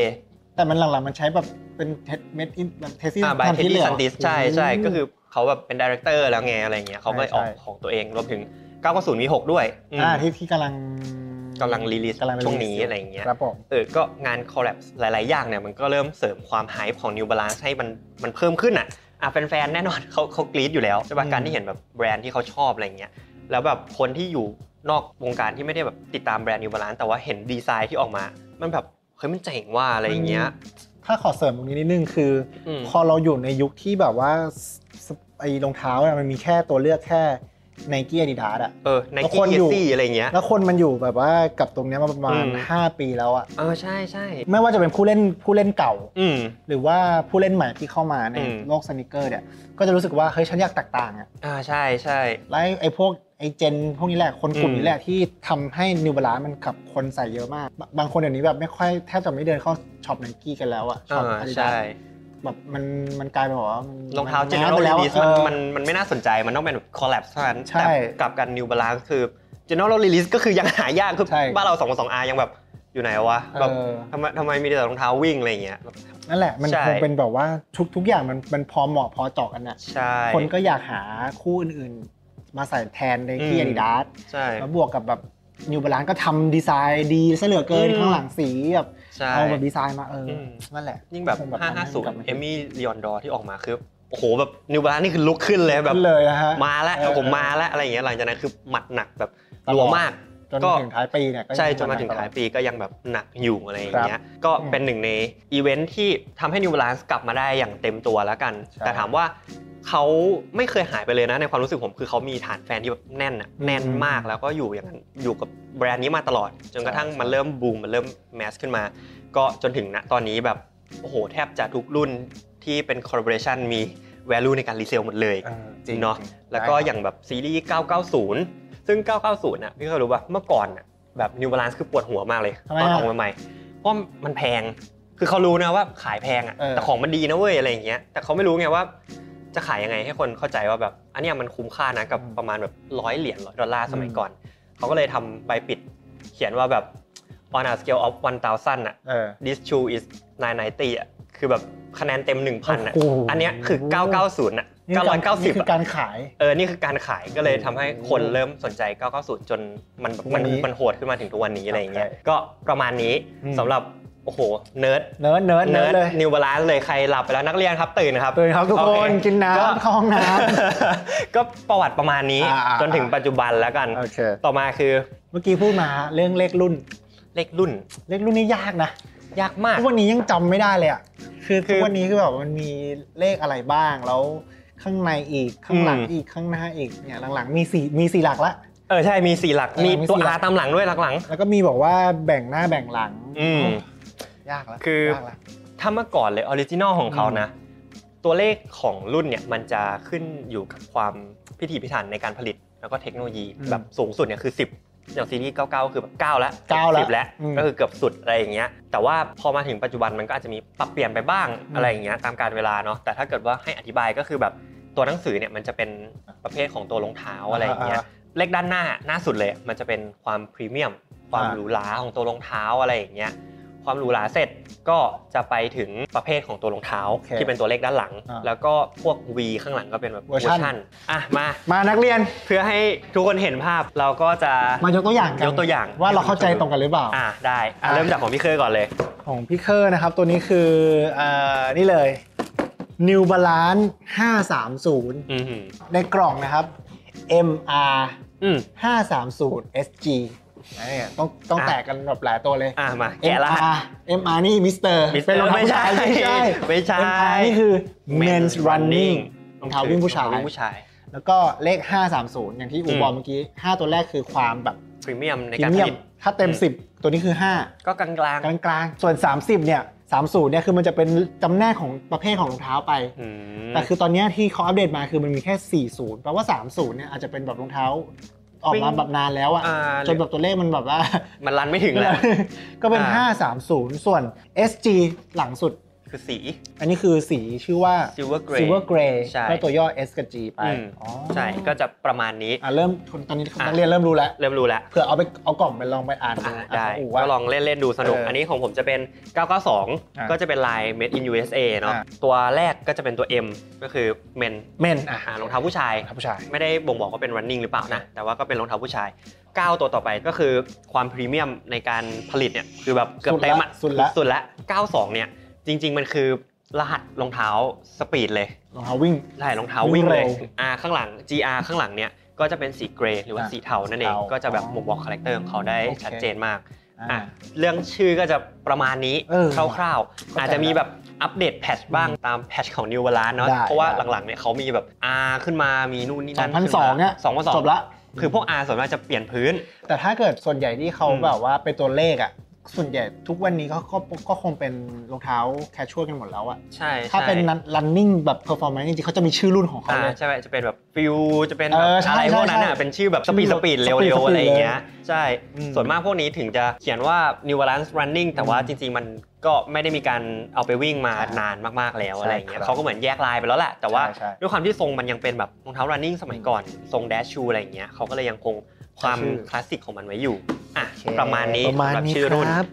Speaker 1: แต่มันหลังๆมันใช้แบบเป็นเทส made in แบบเทสที่
Speaker 2: อ่าบายเทด
Speaker 1: ที่
Speaker 2: ดี้ซันติสใช่ใช่
Speaker 1: ม
Speaker 2: ก็คือเขาแบบเป็นดีเรคเตอร์แล้วไงอะไรอย่างเงี้ยเขาก็เลย
Speaker 1: ใช่
Speaker 2: ออก
Speaker 1: ใช่
Speaker 2: ของตัวเองรวมถึง990 V6 ด้วยม
Speaker 1: อ่าที่ที่กำลัง
Speaker 2: กำลังรีลิส
Speaker 1: กำลัง release
Speaker 2: ช่วงนี้อะไรอย่างเงี้ย
Speaker 1: ครับผม
Speaker 2: เออก็งานคอลแลบหลาย ๆ อย่างเนี่ยมันก็เริ่มเสริมความไฮป์ของ New Balance ให้มันมันเพิ่มขึ้นอ่ะ อ่ะแฟนๆแน่นอน เขาเขากรี๊ดอยู่แล้วใช่ป่ะ
Speaker 1: อืม
Speaker 2: การที่เห็นแบบแบรนด์ที่เขาชอบอะไรเงี้ยแล้วแบบคนที่อยู่นอกวงการที่ไม่ได้แบบติดตามแบรนด์ New Balance แต่ว่าเห็นดีไซน์ที่ออกมา มันแบบเฮ้ยมันเจ๋งว่าอะไรอย่างเงี้ย
Speaker 1: ถ้าขอเสริมตรงนี้นิดนึงคือ
Speaker 2: อื
Speaker 1: อ
Speaker 2: ม
Speaker 1: พอเราอยู่ในยุคที่แบบว่าสสไอ้รองเท้าอะมันมีแค่ตัวเลือกแค่ Nike Adidas อะ
Speaker 2: เออใน
Speaker 1: แล้ว
Speaker 2: กี้
Speaker 1: คน
Speaker 2: เย
Speaker 1: อยู่
Speaker 2: ซี่อะไรเงี้ย
Speaker 1: แล้วคนมันอยู่แบบว่ากับตรงเนี้ยมาประมาณ
Speaker 2: อืม
Speaker 1: 5 ปีแล้วอะ
Speaker 2: เออใช่ใช่
Speaker 1: ไม่ว่าจะเป็นผู้เล่นผู้เล่นเก่า
Speaker 2: อืม
Speaker 1: หรือว่าผู้เล่นใหม่ที่เข้ามาใน
Speaker 2: อืม
Speaker 1: โลกสนิเกอร์เนี่ยก็จะรู้สึกว่าเฮ้ยฉันอยากแตกต่างอะ
Speaker 2: อ่าใช่ใช่
Speaker 1: แล้วไอ้ไอ้พวกไอ้เจนพวกนี้แหละคนกลุ่ม
Speaker 2: อืม
Speaker 1: นี้แหละที่ทำให้นิวบาลานมันขับคนใส่เยอะมาก บางคนเดี๋ยวนี้แบบไม่ค่อยแทบจะไม่เดินเข้าช็อปไนกี้กันแล้วอะ
Speaker 2: เอ
Speaker 1: ช็อป
Speaker 2: อ
Speaker 1: อาดิดา
Speaker 2: ใช่
Speaker 1: สแบบมันมันกลายเป็นแบบว่ามัน
Speaker 2: รองเท้าเจ
Speaker 1: มันแม
Speaker 2: เน
Speaker 1: ส
Speaker 2: อ
Speaker 1: ไป
Speaker 2: เรล
Speaker 1: แล้ว
Speaker 2: ลีส
Speaker 1: เออ
Speaker 2: มันมันไม่น่าสนใจมันต้องเป็นแบบคอลแลบเท่านั้น
Speaker 1: ใช่
Speaker 2: แต่กลับกัน New Balance คือ General Release ก็คือยังหายากคือ
Speaker 1: ใช่
Speaker 2: บ้านเรา2 2 R ยังแบบอยู่ไหนวะ
Speaker 1: เอ
Speaker 2: แบบ
Speaker 1: อ
Speaker 2: ทำไมทำไมมีแต่รองเท้าวิ่งอะไรอย่างเงี้ย
Speaker 1: นั่นแหละมัน
Speaker 2: ใช่
Speaker 1: คงเป็นแบบว่าทุกทุกอย่างมันมันพอเหมาะพอเจาะกันอะ
Speaker 2: ใช่
Speaker 1: คนก็อยากหาคู่อื่นๆ มาใส่แทนในที่อาดิดาส
Speaker 2: ใช่
Speaker 1: แล้วบวกกับแบบนิวบาลานก็ทำดีไซน์ดีซะเหลือเกินข้างหลังสีแบบ
Speaker 2: ใช่
Speaker 1: เอาแบบดีไซน์มาเอออ
Speaker 2: ม
Speaker 1: นั่นแหละ
Speaker 2: ยิ่งแบบ
Speaker 1: คงแบบกลับมา
Speaker 2: 550 เอมี่ลีออนดอที่ออกมาคือ โอ้โห แบบนิวบาลานนี่คือลุกขึ้นเลยแบบ
Speaker 1: ขึ้นเลยนะฮะ
Speaker 2: มาแล้ว
Speaker 1: เออ
Speaker 2: ผมมาแล้วอะไรอย่างเงี้ยหลังจากนั้นคือหมัดหนักแบบ
Speaker 1: ตลอด
Speaker 2: รัวมาก
Speaker 1: จน
Speaker 2: ก็
Speaker 1: ถึงท้ายปีเนี่ยก็ยัง
Speaker 2: ใช่จนมาถึง
Speaker 1: ทำ
Speaker 2: ท้า
Speaker 1: ต
Speaker 2: ย
Speaker 1: ลอด
Speaker 2: ปีก็ยังแบบหนักอยู่อะไรอย่างเงี้ยก็เป็นหนึ่งในอีเวนท์ที่ทำให้ New Balance กลับมาได้อย่างเต็มตัวแล้วกัน
Speaker 1: ใช่
Speaker 2: แต่ถามว่าเขาไม่เคยหายไปเลยนะในความรู้สึกผมคือเขามีฐานแฟนที่แบบแน่นอะ
Speaker 1: อืม
Speaker 2: แน่นมากแล้วก็อยู่อย่างนั้นอยู่กับแบรนด์นี้มาตลอด จนกระทั่ง
Speaker 1: ใช่
Speaker 2: มันเริ่มบูมมันเริ่มแมสขึ้นมา ก็จนถึงณตอนนี้แบบโอ้โหแทบจะทุกรุ่นที่เป็น collaboration มี value ในการรีเซลหมดเลย
Speaker 1: เออจ
Speaker 2: จ
Speaker 1: ริ
Speaker 2: ริ
Speaker 1: ง
Speaker 2: งเนาะแล้วก็อย่างแบบซีรีส์ 990 ซึ่ง 990น่ะพี่เคยรู้ป่ะเมื่อก่อนน่ะแบบ New Balance คือปวดหัวมากเลย
Speaker 1: ทำไม
Speaker 2: ตอน
Speaker 1: ฮะ
Speaker 2: ออกใหม่ๆเพราะมันแพงคือเขารู้นะว่าขายแพงอ่ะ
Speaker 1: เออ
Speaker 2: แต่ของมันดีนะเว้ยอะไรอย่างเงี้ยแต่เขาไม่รู้ไงว่า จะขายยังไงให้คนเข้าใจว่าแบบอันเนี้ยมันคุ้มค่านะกับประมาณแบบร้อยเหรียญร้อยดอลลาร์สมัยก่อน เขาก็เลยทำใบปิด เขียนว่าแบบ on a scale of 1,000อ่ะ
Speaker 1: เออ
Speaker 2: this shoe is 990อ่ะคือแบบคะแนนเต็ม 1,000อ่ะ
Speaker 1: โอ้โห
Speaker 2: อันเนี้ยคือ 990อ่ะ
Speaker 1: นี่คือรนี่
Speaker 2: 990
Speaker 1: คื
Speaker 2: อ่ะ
Speaker 1: อการขาย
Speaker 2: เออ นี่คือการขายก็เลยทำให้คน
Speaker 1: อืม
Speaker 2: เริ่มสนใจ 990 จนมันแบบ
Speaker 1: ทุกวั
Speaker 2: มัน
Speaker 1: นนี้
Speaker 2: มันโหดขึ้นมาถึงทุกวันนี้อะไรอย่างเงี้ย
Speaker 1: ใช่
Speaker 2: ก็ประมาณนี้
Speaker 1: อืม
Speaker 2: สำหรับ โอ้โห เนิร์ด
Speaker 1: เนิร์ดเนิร์ดเนิ
Speaker 2: เนิ
Speaker 1: ร์
Speaker 2: ร์
Speaker 1: ด
Speaker 2: ด
Speaker 1: เลย
Speaker 2: นิวบาลานซ์เลย ใครหลับไปแล้วนักเรียนครับตื่นครับ
Speaker 1: ตื่นครับทุกค
Speaker 2: โอเคน
Speaker 1: กิน
Speaker 2: ก็
Speaker 1: น้ำเข้าห้องน้
Speaker 2: ก็ประวัติประมาณนี้
Speaker 1: อ่า
Speaker 2: จนถึงปัจจุบันแล้วกัน
Speaker 1: ำโอเค
Speaker 2: ต่อมาคือ
Speaker 1: เมื่อกี้พูดมาเรื่องเลขรุ่น
Speaker 2: เลขรุ่น
Speaker 1: เลขรุ่นนี่ยากนะ
Speaker 2: ยากมาก
Speaker 1: ทุกวันนี้ยังจำไม่ได้เลยอ่ะคือ
Speaker 2: คื
Speaker 1: ทุ
Speaker 2: อก
Speaker 1: วันนี้คือแบบมันมีเลขอะไรบ้างแล้วข้างในอีกข้างหลัง
Speaker 2: อืม
Speaker 1: อีกข้างหน้าอีกเนี่ยหลังๆมีสี่มีสี่หลักละ
Speaker 2: เออ ใช่มีสี่หลัก
Speaker 1: เออ
Speaker 2: มี
Speaker 1: มี
Speaker 2: ตัว
Speaker 1: สี่หลั
Speaker 2: R
Speaker 1: ก
Speaker 2: ตามหลังด้วยหลัง
Speaker 1: แล้วก็มีบอกว่าแบ่งหน้าแบ่งหลัง
Speaker 2: อืม
Speaker 1: ยากแล้ว
Speaker 2: คือ
Speaker 1: ยากละ
Speaker 2: ๆถ้าเมื่อก่อนเลยออริจินอลของเขานะ ตัวเลขของรุ่นเนี่ยมันจะขึ้นอยู่กับความพิถีพิถันในการผลิตแล้วก็เทคโนโลยี
Speaker 1: อืม
Speaker 2: แบบสูงสุดเนี่ยคือ 10 อย่างซีรีส์99 คือแบบ9แล้ว
Speaker 1: เก้าแล้ว
Speaker 2: 10แล้ว
Speaker 1: อืม
Speaker 2: ก็คือเกือบสุดอะไรอย่างเงี้ยแต่ว่าพอมาถึงปัจจุบันมันก็อาจจะมีปรับเปลี่ยนไปบ้าง
Speaker 1: อืม
Speaker 2: อะไรอย่างเงี้ยตามการเวลาเนาะแต่ถ้าเกิดว่าให้อธิบายก็คือแบบตัวหนังสือเนี่ยมันจะเป็นประเภทของตัวรองเท้าอะไรอย่างเงี้ย
Speaker 1: อ่า
Speaker 2: เลขด้านหน้าหน้าสุดเลย มันจะเป็นความพรีเมียมความ
Speaker 1: อ่า
Speaker 2: หรูหราของตัวรองเท้าอะไรอย่างเงี้ย ความหรูหราเสร็จก็จะไปถึงประเภทของตัวรองเท้า
Speaker 1: โอเค
Speaker 2: ที่เป็นตัวเลขด้านหลัง
Speaker 1: อ่า
Speaker 2: แล้วก็พวก V ข้างหลังก็เป็นแบบ
Speaker 1: version
Speaker 2: นอ่ะมา
Speaker 1: มานักเรียน
Speaker 2: เพื่อให้ทุกคนเห็นภาพเราก็จะ
Speaker 1: มายกตัวอย่างกัน
Speaker 2: ยกตัวอย่าง
Speaker 1: ว่าเราเข้าใจตรงกันหรือเปล่า
Speaker 2: อ่ะได้อ่ะ
Speaker 1: อ่ะ
Speaker 2: เริ่มจากของพี่เคยก่อนเลย
Speaker 1: ของพี่เคอร์นะครับ ตัวนี้คือเอ่อนี่เลย New Balance 530
Speaker 2: อืมหืม
Speaker 1: ในกล่องนะครับ MR
Speaker 2: อืม
Speaker 1: 530 SG อันนี้ต้องต้องแตกกันแบบหลายตัวเลย
Speaker 2: อ่ะมาแกะละ
Speaker 1: MR MR นี่มิสเตอร์
Speaker 2: Mr.
Speaker 1: เป็นรองเท้า
Speaker 2: ไม่
Speaker 1: ผู้
Speaker 2: ใช่
Speaker 1: ชายไม่ใช่
Speaker 2: ไม่ใช่
Speaker 1: MR นี่คือ Men's Running รองเท้าวิ่งผู้ชาย
Speaker 2: รองเท้วิ่งผู้ชาย
Speaker 1: แล้วก็เลข 530 อย่างที่อูบอกเมื่อกี้ 5 ตัวแรกคือความแบบ
Speaker 2: พรีเมียมใน
Speaker 1: พรี
Speaker 2: การ
Speaker 1: เมี
Speaker 2: ผ
Speaker 1: ยม
Speaker 2: ลิต
Speaker 1: ถ้าเต็ม 10 ตัวนี้คือ
Speaker 2: ก็กลาง
Speaker 1: 5 กลางๆ ส่วน 30 เนี่ย 30 เนี่ยคือมันจะเป็นจำแนกของประเภทของรองเท้าไป
Speaker 2: ๆอืม
Speaker 1: แต่คือตอนเนี้ยที่เขาอัปเดตมาคือมันมีแค่ 40 แปลว่า 30 เนี่ยอาจจะเป็นแบบรองเท้าออกมา
Speaker 2: วิ่ง
Speaker 1: แบบนานแล้วอะ
Speaker 2: อ่า
Speaker 1: จนแบบตัวเลขมันแบบว่า
Speaker 2: มันรันไม่ถึงแล้ว
Speaker 1: ก็เป็น
Speaker 2: อ่า
Speaker 1: 530 ส่วน SG หลังสุด
Speaker 2: คือสี
Speaker 1: อันนี้คือสีชื่อว่า
Speaker 2: Silver Grey
Speaker 1: Silver Grey
Speaker 2: ใช่
Speaker 1: ก็ตัวย่อ S กับ G ไป
Speaker 2: อืม
Speaker 1: อ๋อ
Speaker 2: ใช่ก็จะประมาณนี้
Speaker 1: อ่ะเริ่มตอนนี้
Speaker 2: อ่ะ
Speaker 1: นักเรียนเริ่มรู้แล้ว
Speaker 2: เริ่มรู้แล้ว
Speaker 1: เผื่อเอาไปเอากล่องไปลองไปอ่านดู
Speaker 2: อ่ะ
Speaker 1: อ่ะ
Speaker 2: ได้
Speaker 1: ของอู๋
Speaker 2: ก็
Speaker 1: ว่า
Speaker 2: ลองเล่นเล่นๆดูสนุก
Speaker 1: เอออั
Speaker 2: อันนี้ของผมจะเป็น
Speaker 1: อ่ะ
Speaker 2: 992 ก็จะเป็นลาย made in USA เนาะ
Speaker 1: อ่ะ
Speaker 2: ตัวแรกก็จะเป็นตัว M ก็คือ men
Speaker 1: เมน
Speaker 2: อ่ะรองเท้าผู้ชาย
Speaker 1: ครับผู้ชาย
Speaker 2: ไม่ได้บ่งบอกว่าเป็น running หรือเปล่านะ แต่ว่าก็เป็นรองเท้าผู้ชาย 9 ตัวต่อไปก็คือความพรีเมียมในการผลิตเนี่ย คือแบบเกือบเต็มอะ
Speaker 1: สุดละสุดละ
Speaker 2: สุดละ 92 เนี่ย จริง ๆ มันคือ รหัสรองเท้าสปีดเลย
Speaker 1: รองเท้าวิ่ง
Speaker 2: ใช่รองเท้า
Speaker 1: วิ่
Speaker 2: วิ่
Speaker 1: ง
Speaker 2: งเลย
Speaker 1: เร็ว
Speaker 2: R ข้างหลัง GR ข้างหลังเนี่ยก็จะเป็นสีเกรย์หรือว่า
Speaker 1: อ่ะ
Speaker 2: สีเทานั่นเอง
Speaker 1: เทา
Speaker 2: ก็จะแบบ
Speaker 1: อ๋อ
Speaker 2: บ่งบอกคาแรคเตอร์ของเขาได้
Speaker 1: โอเค
Speaker 2: ชัดเจนมาก
Speaker 1: อ่า
Speaker 2: อ่ะเรื่องชื่อก็จะประมาณนี้
Speaker 1: เออ
Speaker 2: คร่าวๆ
Speaker 1: เข้าใจ
Speaker 2: อาจจะมีแบบอัปเดตแพทช์บ้างตามแพทช์ของ New Balance เนาะ
Speaker 1: ได้
Speaker 2: เพราะว่า
Speaker 1: ได้
Speaker 2: หลังๆเนี่ยเขามีแบบ R ขึ้นมามีนู่นนี่นั่น
Speaker 1: 2002เนี่ย
Speaker 2: 2 0
Speaker 1: จบละ
Speaker 2: 2คือพวก R ส่วนมากจะเปลี่ยนพื้น
Speaker 1: แต่ถ้าเกิดส่วนใหญ่ที่เขา
Speaker 2: อืม
Speaker 1: แบบว่าเป็นตัวเลขอ่ะ ส่วนใหญ่ทุกวันนี้เขาก็ก็คงเป็นรองเท้าแคชชวลกันหมดแล้วอ่ะ
Speaker 2: ใช่
Speaker 1: ถ้า
Speaker 2: ใช่
Speaker 1: เป็น running แบบ performance จริงๆเขาจะมีชื่อรุ่นของเขา
Speaker 2: อ่า
Speaker 1: เลย
Speaker 2: ใช่ไหมจะเป็นแบบฟิวจะเป็น
Speaker 1: เออ
Speaker 2: แบบ
Speaker 1: ใช่
Speaker 2: อะไรพวกนั้น
Speaker 1: ใช่
Speaker 2: อ่ะ
Speaker 1: ใช่
Speaker 2: เป็นชื่อแบบสปีด
Speaker 1: ชื่
Speaker 2: ส
Speaker 1: อ
Speaker 2: ปีด
Speaker 1: สปีด
Speaker 2: เร็ว
Speaker 1: สปี
Speaker 2: ๆ
Speaker 1: ด
Speaker 2: อะไรอย่างเงี้ยใช่
Speaker 1: อืม
Speaker 2: ส่วนมากพวกนี้ถึงจะเขียนว่า New Balance Running แต่ว่า
Speaker 1: อืม
Speaker 2: จริง ๆ มันก็ไม่ได้มีการเอาไปวิ่งมา
Speaker 1: ใช่
Speaker 2: นานมากๆแล้ว
Speaker 1: ใช่
Speaker 2: อะไรอย่างเงี้ย
Speaker 1: ครับ
Speaker 2: เขาก็เหมือนแยกลายไปแล้วแหละ แต่ว่า
Speaker 1: ใช่ใช่
Speaker 2: ด้วยความที่ทรงมันยังเป็นแบบรองเท้า running สมัยก่อนทรง dash shoe อะไรอย่างเงี้ยเขาก็เลยยังคงความ
Speaker 1: ใช่ชื่อ
Speaker 2: คลาสสิกของมันไว้อยู่อ่ะ
Speaker 1: โอเค
Speaker 2: ประมาณนี้
Speaker 1: ประมาณ
Speaker 2: สำหรับ
Speaker 1: นี้
Speaker 2: ชื่อรุ่น
Speaker 1: ครับ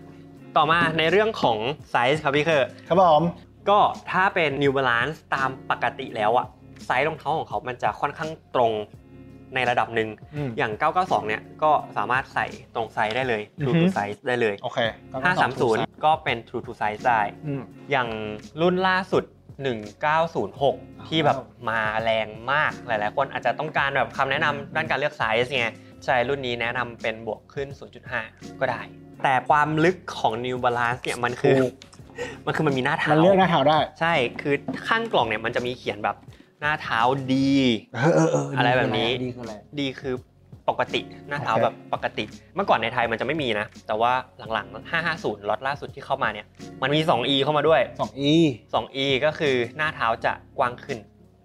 Speaker 2: ต่อมาในเรื่องของไซส์ครับพี่เคอร์
Speaker 1: ครับผม
Speaker 2: ก็ถ้าเป็น New Balance ตามปกติแล้วอะไซส์รองเท้าของเขามันจะค่อนข้างตรงในระดับหนึ่ง
Speaker 1: อืม
Speaker 2: อย่าง 992 เนี่ยก็สามารถใส่ตรงไซส์ได้เลย true
Speaker 1: อือ
Speaker 2: to
Speaker 1: ฮึ
Speaker 2: size ได้เลย
Speaker 1: โอเคก็ต้องตอบถูกซะ
Speaker 2: 530 ก็เป็น true to size ได้
Speaker 1: อืม
Speaker 2: อย่างรุ่นล่าสุด 1906 ที่แบบมาแรงมากหลาย ๆ คนอาจจะต้องการแบบคำแนะนำด้านการเลือกไซส์ไงใช่รุ่นนี้แนะนำเป็นบวกขึ้น 0.5 ก็ได้ แต่ความลึกของ New Balance เนี่ยมันคือ
Speaker 1: ถูก
Speaker 2: มันคือมันมีหน้าเท้า
Speaker 1: มันเลือกหน้าเท้าได้
Speaker 2: ใช่ คือข้างกล่องเนี่ยมันจะมีเขียนแบบหน้าเท้าดี
Speaker 1: เออเออเออ
Speaker 2: อะไรแบบนี้
Speaker 1: ดีคืออะไร
Speaker 2: ดีคือปกติหน้าเท้า
Speaker 1: โอเค
Speaker 2: แบบปกติ เมื่อก่อนในไทยมันจะไม่มีนะ แต่ว่าหลังๆ 550ล็อตล่าสุดที่เข้ามาเนี่ย มันมี 2E เข้ามาด้วย
Speaker 1: สอง e
Speaker 2: 2E ก็คือหน้าเท้าจะกว้างขึ้น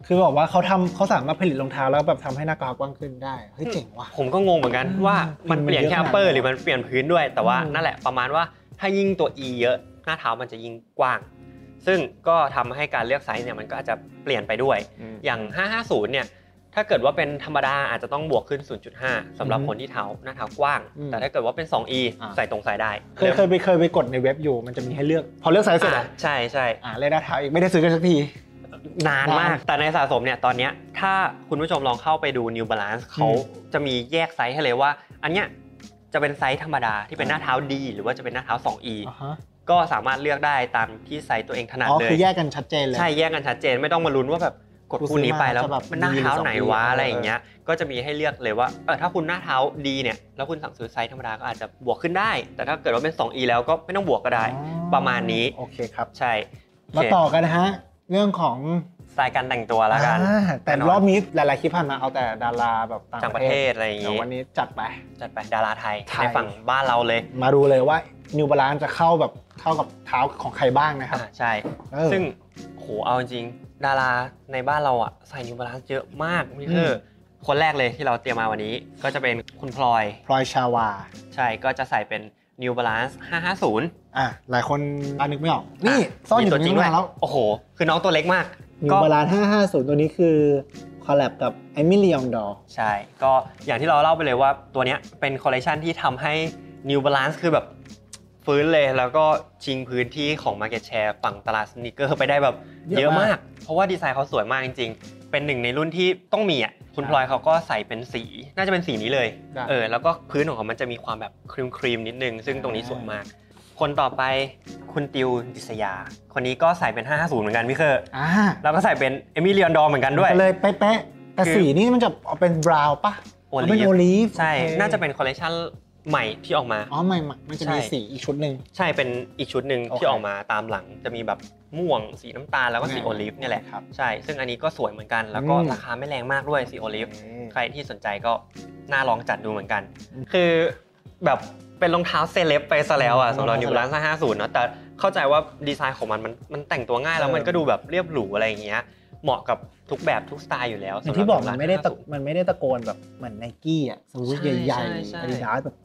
Speaker 1: คือบอกว่าเขาทำเขาสามารถผลิตรองเท้าแล้วแบบทำให้หน้ากากกว้างขึ้นได้เฮ้ยเจ๋งว่ะ
Speaker 2: ผมก็งงเหมือนกัน
Speaker 1: อืม
Speaker 2: ว่ามันเปลี่ยนแค่
Speaker 1: มั
Speaker 2: อั
Speaker 1: น
Speaker 2: ป
Speaker 1: เยอะขนาด
Speaker 2: เปอ
Speaker 1: นั้น
Speaker 2: ร์หรือมันเปลี่ยนพื้นด้วย แต่ว่า
Speaker 1: อืม
Speaker 2: นั่นแหละประมาณว่าถ้ายิ่งตัว E เยอะหน้าเท้ามันจะยิ่งกว้าง ซึ่งก็ทำให้การเลือกไซส์เนี่ยมันก็อาจจะเปลี่ยนไปด้วย อย่าง 550 เนี่ย ถ้าเกิดว่าเป็นธรรมดาอาจจะต้องบวกขึ้น 0.5สำหรับ
Speaker 1: อือฮึ
Speaker 2: คนที่เท้าหน้าเท้ากว้าง
Speaker 1: อืม
Speaker 2: แต่ถ้าเกิดว่าเป็น 2e
Speaker 1: อ่า
Speaker 2: ใส่ตรงสายได้
Speaker 1: เคยเคยไปเคยไปกดในเว็บอยู่มันจะมีให้เลือก พอเลือกไซส์เสร็จ
Speaker 2: อ่า
Speaker 1: อะ
Speaker 2: ใช่ใช่
Speaker 1: อ่าเลือกหน้าเท้าอีกไม่ได้ซื้อกันสักที
Speaker 2: นานมาก แต่ในสะสมเนี่ย ตอนเนี้ยถ้าคุณผู้ชมลองเข้าไปดู New Balance เขาจะมีแยกไซส์ให้เลยว่า อันเนี้ยจะเป็นไซส์ธรรมดาที่เป็นหน้าเท้าดี หรือว่าจะเป็นหน้าเท้า 2e
Speaker 1: อ่าฮะ
Speaker 2: ก็สามารถเลือกได้ตามที่ไซส์ตัวเองถนัด
Speaker 1: อ๋อ
Speaker 2: เลย
Speaker 1: คือแยกกันชัดเจนเลย
Speaker 2: ใช่แยกกันชัดเจนไม่ต้องมาลุ้นว่าแบบกด
Speaker 1: กูซื้
Speaker 2: คู่
Speaker 1: อ
Speaker 2: นี้ไปแล้ว
Speaker 1: มาจะแบบ
Speaker 2: มันหน้าเท้าไหน
Speaker 1: ดีหรือสองดี
Speaker 2: วะ
Speaker 1: เอออ
Speaker 2: อะไรอย่างเงี้ย ก็จะมีให้เลือกเลยว่าเออถ้าคุณหน้าเท้าดีเนี่ยแล้วคุณสั่งซื้อไซส์ธรรมดาก็อาจจะบวกขึ้นได้ แต่ถ้าเกิดว่าเป็น 2e แล้วก็ไม่ต้องบวกก็ได้
Speaker 1: อ๋อ
Speaker 2: ประมาณนี้
Speaker 1: โอเคครับ
Speaker 2: ใช่โเค
Speaker 1: มาต่อกันนะฮะ เรื่องของ
Speaker 2: สไตล์การแต่งตัวแล้วกัน
Speaker 1: อ่าแต่
Speaker 2: แน่นอน
Speaker 1: รอบนี้หลายๆคลิปผ่านมาเอาแต่ดาราแบบต่า
Speaker 2: ต่าง ง
Speaker 1: ป
Speaker 2: ประ ระ
Speaker 1: เท
Speaker 2: เท
Speaker 1: ศ
Speaker 2: ศอะไรอย่าง
Speaker 1: เดี๋ยว
Speaker 2: งี้
Speaker 1: วันนี้จัดไป
Speaker 2: จัดไปดาราไทย
Speaker 1: ไทย
Speaker 2: ในฝั่งบ้านเราเลย
Speaker 1: มาดูเลยว่านิวบาลานจะเข้าแบบเข้ากับเท้าของใครบ้างนะครับ
Speaker 2: อ่าใช่
Speaker 1: เออ
Speaker 2: ซึ่งโหเอาจริงๆดาราในบ้านเราอ่ะใส่นิวบาลานซ์เยอะมากมิเตอ
Speaker 1: อืม
Speaker 2: ร์คนแรกเลยที่เราเตรียมมาวันนี้ ก็จะเป็นคุณพลอย
Speaker 1: พลอยชาวา
Speaker 2: ใช่ ก็จะใส่เป็น New Balance 550
Speaker 1: อ่ะหลายคนอานึกไม่ออก นี่ซ่อนอยู่ตรง
Speaker 2: มี
Speaker 1: นี้มาแล้ว
Speaker 2: โอ้โห คือน้องตัวเล็กมาก
Speaker 1: นิว
Speaker 2: ก็
Speaker 1: บาลาน550 ตัวนี้คือคอลแลบกับไอมิลียองดอ
Speaker 2: ใช่ ก็อย่างที่เราเล่าไปเลยว่าตัวเนี้ยเป็นคอลเลคชันที่ทำให้ New Balance คือแบบฟื้นเลย แล้วก็ชิงพื้นที่ของ Market Share ฝั่งตลาดสนิเกอร์ไปได้แบบ
Speaker 1: เย
Speaker 2: เย
Speaker 1: อะมาม
Speaker 2: อะาก ก เพราะว่าดีไซน์เขาสวยมากจริง ๆ เป็นหนึ่งในรุ่นที่ต้องมีอ่ะ คุณพลอยเขาก็ใส่เป็นสี น่าจะเป็นสีนี้เลย เออ แล้วก็พื้นของเขามันจะมีความแบบครีมครีมๆนิดนึง ซึ่งตรงนี้สวยมาก คนต่อไปคุณติวดิษยา คนนี้ก็ใส่เป็น 550 เหมือนกันพี่เคอร์
Speaker 1: อ่า
Speaker 2: แล้วก็ใส่เป็นเอมิเลียนดอเหมือนกันด้วย
Speaker 1: ก็เลยเป๊ะๆแต่
Speaker 2: คือ
Speaker 1: สีนี่มันจะเอาเป็นบราวน์ปะ
Speaker 2: โอ
Speaker 1: เอา
Speaker 2: ลี
Speaker 1: เป็นโอ
Speaker 2: ฟ
Speaker 1: ลีฟ
Speaker 2: ใช่
Speaker 1: โอค
Speaker 2: น่าจะเป็นคอลเลคชันใหม่ที่ออกมา
Speaker 1: อ๋อไม่ไม่มันจะมี
Speaker 2: ใช่
Speaker 1: สีอีกชุดหนึ่ง
Speaker 2: ใช่เป็นอีกชุดหนึ่ง
Speaker 1: โอเค
Speaker 2: ที่ออกมาตามหลังจะมีแบบม่วงสีน้ำตาลแล้วก็สีโอลีฟเนี่ยแหละ
Speaker 1: ครับ
Speaker 2: ใช่ ซึ่งอันนี้ก็สวยเหมือนกันแล้วก็
Speaker 1: อืม
Speaker 2: ราคาไม่แรงมากด้วยสีโอลีฟ
Speaker 1: อืม
Speaker 2: ใครที่สนใจก็น่าลองจัดดูเหมือนกัน
Speaker 1: อืม
Speaker 2: คือแบบเป็นรองเท้าเซเลบไปซะแล้วอ่ะ
Speaker 1: อืม
Speaker 2: สำหรับนิวร้านซ่าห้าศูนย์นอะแต่เข้าใจว่าดีไซน์ของมันมันมันแต่งตัวง่ายแล้ว
Speaker 1: เออ
Speaker 2: มันก็ดูแบบเรียบหรูอะไรอย่างเงี้ย เหมาะกับทุกแบบทุกสไตล์อยู่แล้ว
Speaker 1: อย่าง
Speaker 2: สำหรั
Speaker 1: ที่บอกมั
Speaker 2: ร้าน
Speaker 1: ไม่ได้ตะ
Speaker 2: 50
Speaker 1: มันไม่ได้ตะโกนแบบเหมือนไนกี้อ่ะสมมติ
Speaker 2: ใช่
Speaker 1: ใหญ่ๆ
Speaker 2: ใช่ใช่
Speaker 1: อาดิดาสแบบ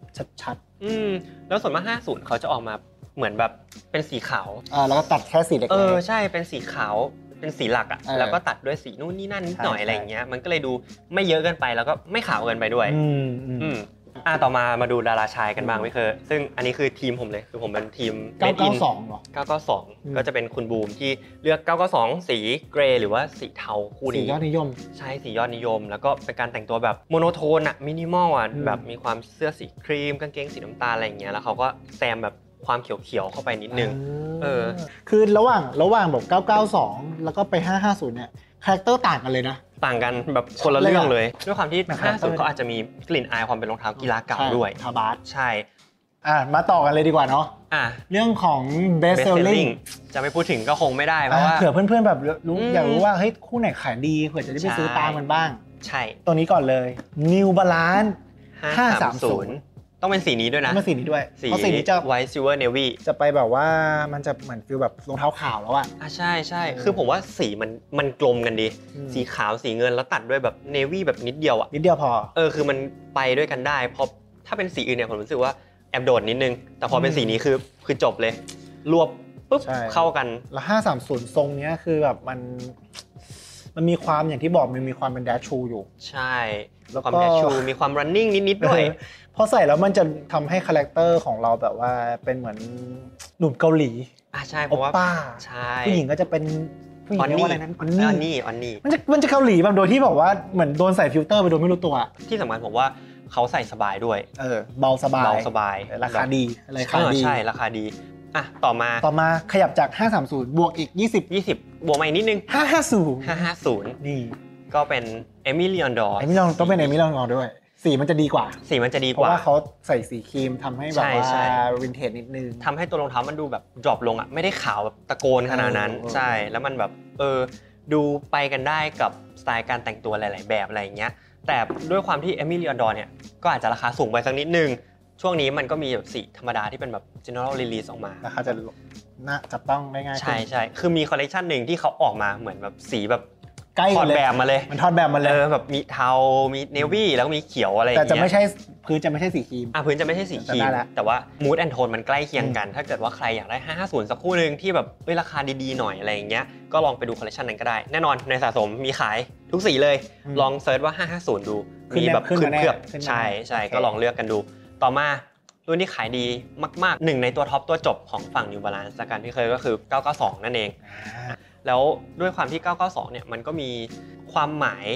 Speaker 1: ชัด
Speaker 2: อืมแล้วส่วนมากห้าศูนย์เขาจะออกมาเหมือนแบบเป็นสีขาว
Speaker 1: ๆอ่าแล้วก็ตัดแค่สีเล็ก
Speaker 2: เออใช่เป็นสีขาวเป็นสีหลักอ่ะ
Speaker 1: เออ
Speaker 2: แล้วก็ตัดด้วยสีนู่นนี่นั่นนิดหน่อย
Speaker 1: ใช่
Speaker 2: อะไรอย่างเงี้ยมันก็เลยดูไม่เยอะเกินไปแล้วก็ไม่ขาวเกินไปด้วย
Speaker 1: ๆอืมอืม
Speaker 2: อืมอ่าต่อมามาดูดาราชายกันบ้างไม่เคยซึ่งอันนี้คือทีมผมเลย คือผมเป็นทีม
Speaker 1: เก้า
Speaker 2: Made
Speaker 1: เก้า
Speaker 2: in
Speaker 1: สองเหรอ ม
Speaker 2: 992 ก็จะเป็นคุณบูมที่เลือก 992 สีเกรย์หรือว่าสีเทาคู่
Speaker 1: สี
Speaker 2: นี้
Speaker 1: ยอดนิยม
Speaker 2: ใช่สียอดนิยม แล้วก็เป็นการแต่งตัวแบบโมโนโทนอะมินิมอลอะ
Speaker 1: อืม
Speaker 2: แบบมีความเสื้อสีครีมกางเกงสีน้ำตาลอะไรอย่างเงี้ยแล้วเขาก็แซมแบบ ความเขียวๆเข้าไปนิดนึง เออ
Speaker 1: คือระหว่างระหว่างแบบ 992 แล้วก็ไป 550 เนี่ย คาแรคเตอร์ต่างกันเลยนะ
Speaker 2: ต่างกันแบบคนละเรื่อง
Speaker 1: เล
Speaker 2: เลย ย
Speaker 1: อะ
Speaker 2: ด้วยความที่
Speaker 1: แบบ
Speaker 2: ห้าสุด
Speaker 1: แบบ
Speaker 2: เขาอาจจะมีกลิ่นอายความเป็นรองเท้ากีฬาเก่า
Speaker 1: ใช่
Speaker 2: ด้วย
Speaker 1: คาบาส
Speaker 2: ใช่
Speaker 1: อ่ะมาต่อกันเลยดีกว่าเนาะ
Speaker 2: อ่ะ
Speaker 1: เรื่องของ best
Speaker 2: best
Speaker 1: selling
Speaker 2: selling จะไม่พูดถึงก็คงไม่ได้เพราะว่า
Speaker 1: อ่ะเผื่อเพื่อนๆแบบรู้
Speaker 2: อืม
Speaker 1: อยากรู้ว่าเฮ้ยคู่ไหนขายดีเผื่อจะได้ไป
Speaker 2: ใช่
Speaker 1: ซื้อตามมันบ้าง
Speaker 2: ใช่
Speaker 1: ตัวนี้ก่อนเลย New Balance
Speaker 2: 530 ต้องเป็นสีนี้ด้วยนะ
Speaker 1: เมื่อสีนี้ด้วย
Speaker 2: สี
Speaker 1: เพราะสีนี้จะ
Speaker 2: ไวท์ซิลเวอร์เนวี่
Speaker 1: จะไปแบบว่ามันจะเหมือนฟิลแบบรองเท้าขาวแล้วอ่ะ
Speaker 2: อ่ะใช่ใช่
Speaker 1: เออ
Speaker 2: คือผมว่าสีมันมันกลมกันดี
Speaker 1: อืม
Speaker 2: สีขาวสีเงินแล้วตัดด้วยแบบเนวี่แบบนิดเดียวอ่ะ
Speaker 1: นิดเดียวพอ
Speaker 2: เออคือมันไปด้วยกันได้เพราะถ้าเป็นสีอื่นเนี่ยผมรู้สึกว่าแอบโดดนิดนึง แต่พอเป็นสีนี้คือคือจบเลย รวบปุ๊บ
Speaker 1: ใช่
Speaker 2: เข้ากัน
Speaker 1: แล้ว 530 ทรงเนี้ยคือแบบมัน มันมีความอย่างที่บอกมันมีความเป็นแดชชูอยู่
Speaker 2: ใช่
Speaker 1: แล้วก็
Speaker 2: ความแดชชูมีความ running นิด ๆ ด้วย
Speaker 1: พอใส่แล้วมันจะทำให้คาแรคเตอร์ของเราแบบว่าเป็นเหมือนหนุ่มเกาหลี
Speaker 2: อ่ะใช่เพ
Speaker 1: โอ
Speaker 2: ราะว่า
Speaker 1: ป้า
Speaker 2: ใช่
Speaker 1: ผู้หญิงก็จะเป็นผู้หญิง
Speaker 2: ออน
Speaker 1: เรียก
Speaker 2: นี่
Speaker 1: ว่าอะไรนั้นออน
Speaker 2: ออน
Speaker 1: นี่
Speaker 2: นี่ออนนี่
Speaker 1: มันจะมันจะเกาหลีแบบโดยที่แบบว่าเหมือนโดนใส่ฟิลเตอร์ไปโดยไม่รู้ตัว
Speaker 2: ที่สำคัญผมว่าเขาใส่สบายด้วย
Speaker 1: เออ เบาสบาย
Speaker 2: เบาสบาย
Speaker 1: เออราคาดีอะไร
Speaker 2: เอ
Speaker 1: ขา
Speaker 2: อ
Speaker 1: ดี
Speaker 2: ใช่ราคาดี อ่ะ ต่อมา
Speaker 1: ต่อมาขยับจาก 530 บวกอีก 20
Speaker 2: 20 บวกมาอีกนิดนึง
Speaker 1: 550
Speaker 2: 550
Speaker 1: นี่
Speaker 2: ก็เป็นเอมิลีออนดอร์
Speaker 1: ไอ้มิลองต้องเป็นไอ้มิลองลองด้วย สีมันจะดีกว่า
Speaker 2: สีมันจะดี
Speaker 1: เพ
Speaker 2: ก
Speaker 1: ราะ
Speaker 2: ว่า
Speaker 1: ว่าเขาใส่สีครีมทำให้แบบ
Speaker 2: ใช่
Speaker 1: ว่า
Speaker 2: ใช่
Speaker 1: วินเทจนิดนึง
Speaker 2: ทำให้ตัวรองเท้ามันดูแบบดรอปลงอ่ะ ไม่ได้ขาวแบบตะโกนขนาดนั้น
Speaker 1: เออเออ
Speaker 2: ใช่ แล้วมันแบบเออดูไปกันได้กับสไตล์การแต่งตัวหลาย ๆ แบบอะไรอย่างเงี้ย แต่ด้วยความที่เอมิลีออนดอร์เนี่ย ก็อาจจะราคาสูงไปสักนิดนึง ช่วงนี้มันก็มีแบบสีธรรมดาที่เป็นแบบ general release ออกมา
Speaker 1: ราคาจะน่าจับต้องได้ง่ายขึ้
Speaker 2: ใช่
Speaker 1: น
Speaker 2: ใช่คือมีคอลเลกชันหนึ่งที่เขาออกมาเหมือนแบบสีแบบ
Speaker 1: ใกล้
Speaker 2: ถอ
Speaker 1: กัน
Speaker 2: ด
Speaker 1: เลย
Speaker 2: แบบมาเลย
Speaker 1: มันทอดแบบมาเล
Speaker 2: เอย อแบบมีเทา มีเนวี่แล้วก็มีเขียวอะไรอย่าง
Speaker 1: แต่จะ
Speaker 2: เงี้
Speaker 1: ไม่
Speaker 2: ย
Speaker 1: ใช่พื้นจะไม่ใช่สีครีม
Speaker 2: อ่ะพื้นจะไม่ใช่สีครี
Speaker 1: จำ
Speaker 2: ม
Speaker 1: ได้ละ
Speaker 2: แต่ว่ามูดแอนโทนมันใกล้เคียงกัน ถ้าเกิดว่าใครอยากได้ 550 สักคู่หนึ่งที่แบบเอ้ยราคาดีๆหน่อยอะไรอย่างเงี้ยก็ลองไปดูคอลเลกชันนั้นก็ได้ แน่นอนในสะสมมีขายทุกสีเลย
Speaker 1: อืม
Speaker 2: ลองเซิร์ชว่า 550 ดู
Speaker 1: ขึ้น
Speaker 2: มี
Speaker 1: แน่
Speaker 2: แบบ
Speaker 1: ขึ้น
Speaker 2: ขึ้
Speaker 1: มาน แน่
Speaker 2: เคลือบ
Speaker 1: ขึ้นมา
Speaker 2: ใช่ใช่
Speaker 1: โอเค
Speaker 2: ก็ลองเลือกกันดู ต่อมารุ่นที่ขายดีมากๆหนึ่งในตัวท็อปตัวจบของฝั่ง New Balance ละกันที่เคยก็คือ 992 นั่นเอง แล้วด้วยความที่ 992 เนี่ย มันก็มีความหมาย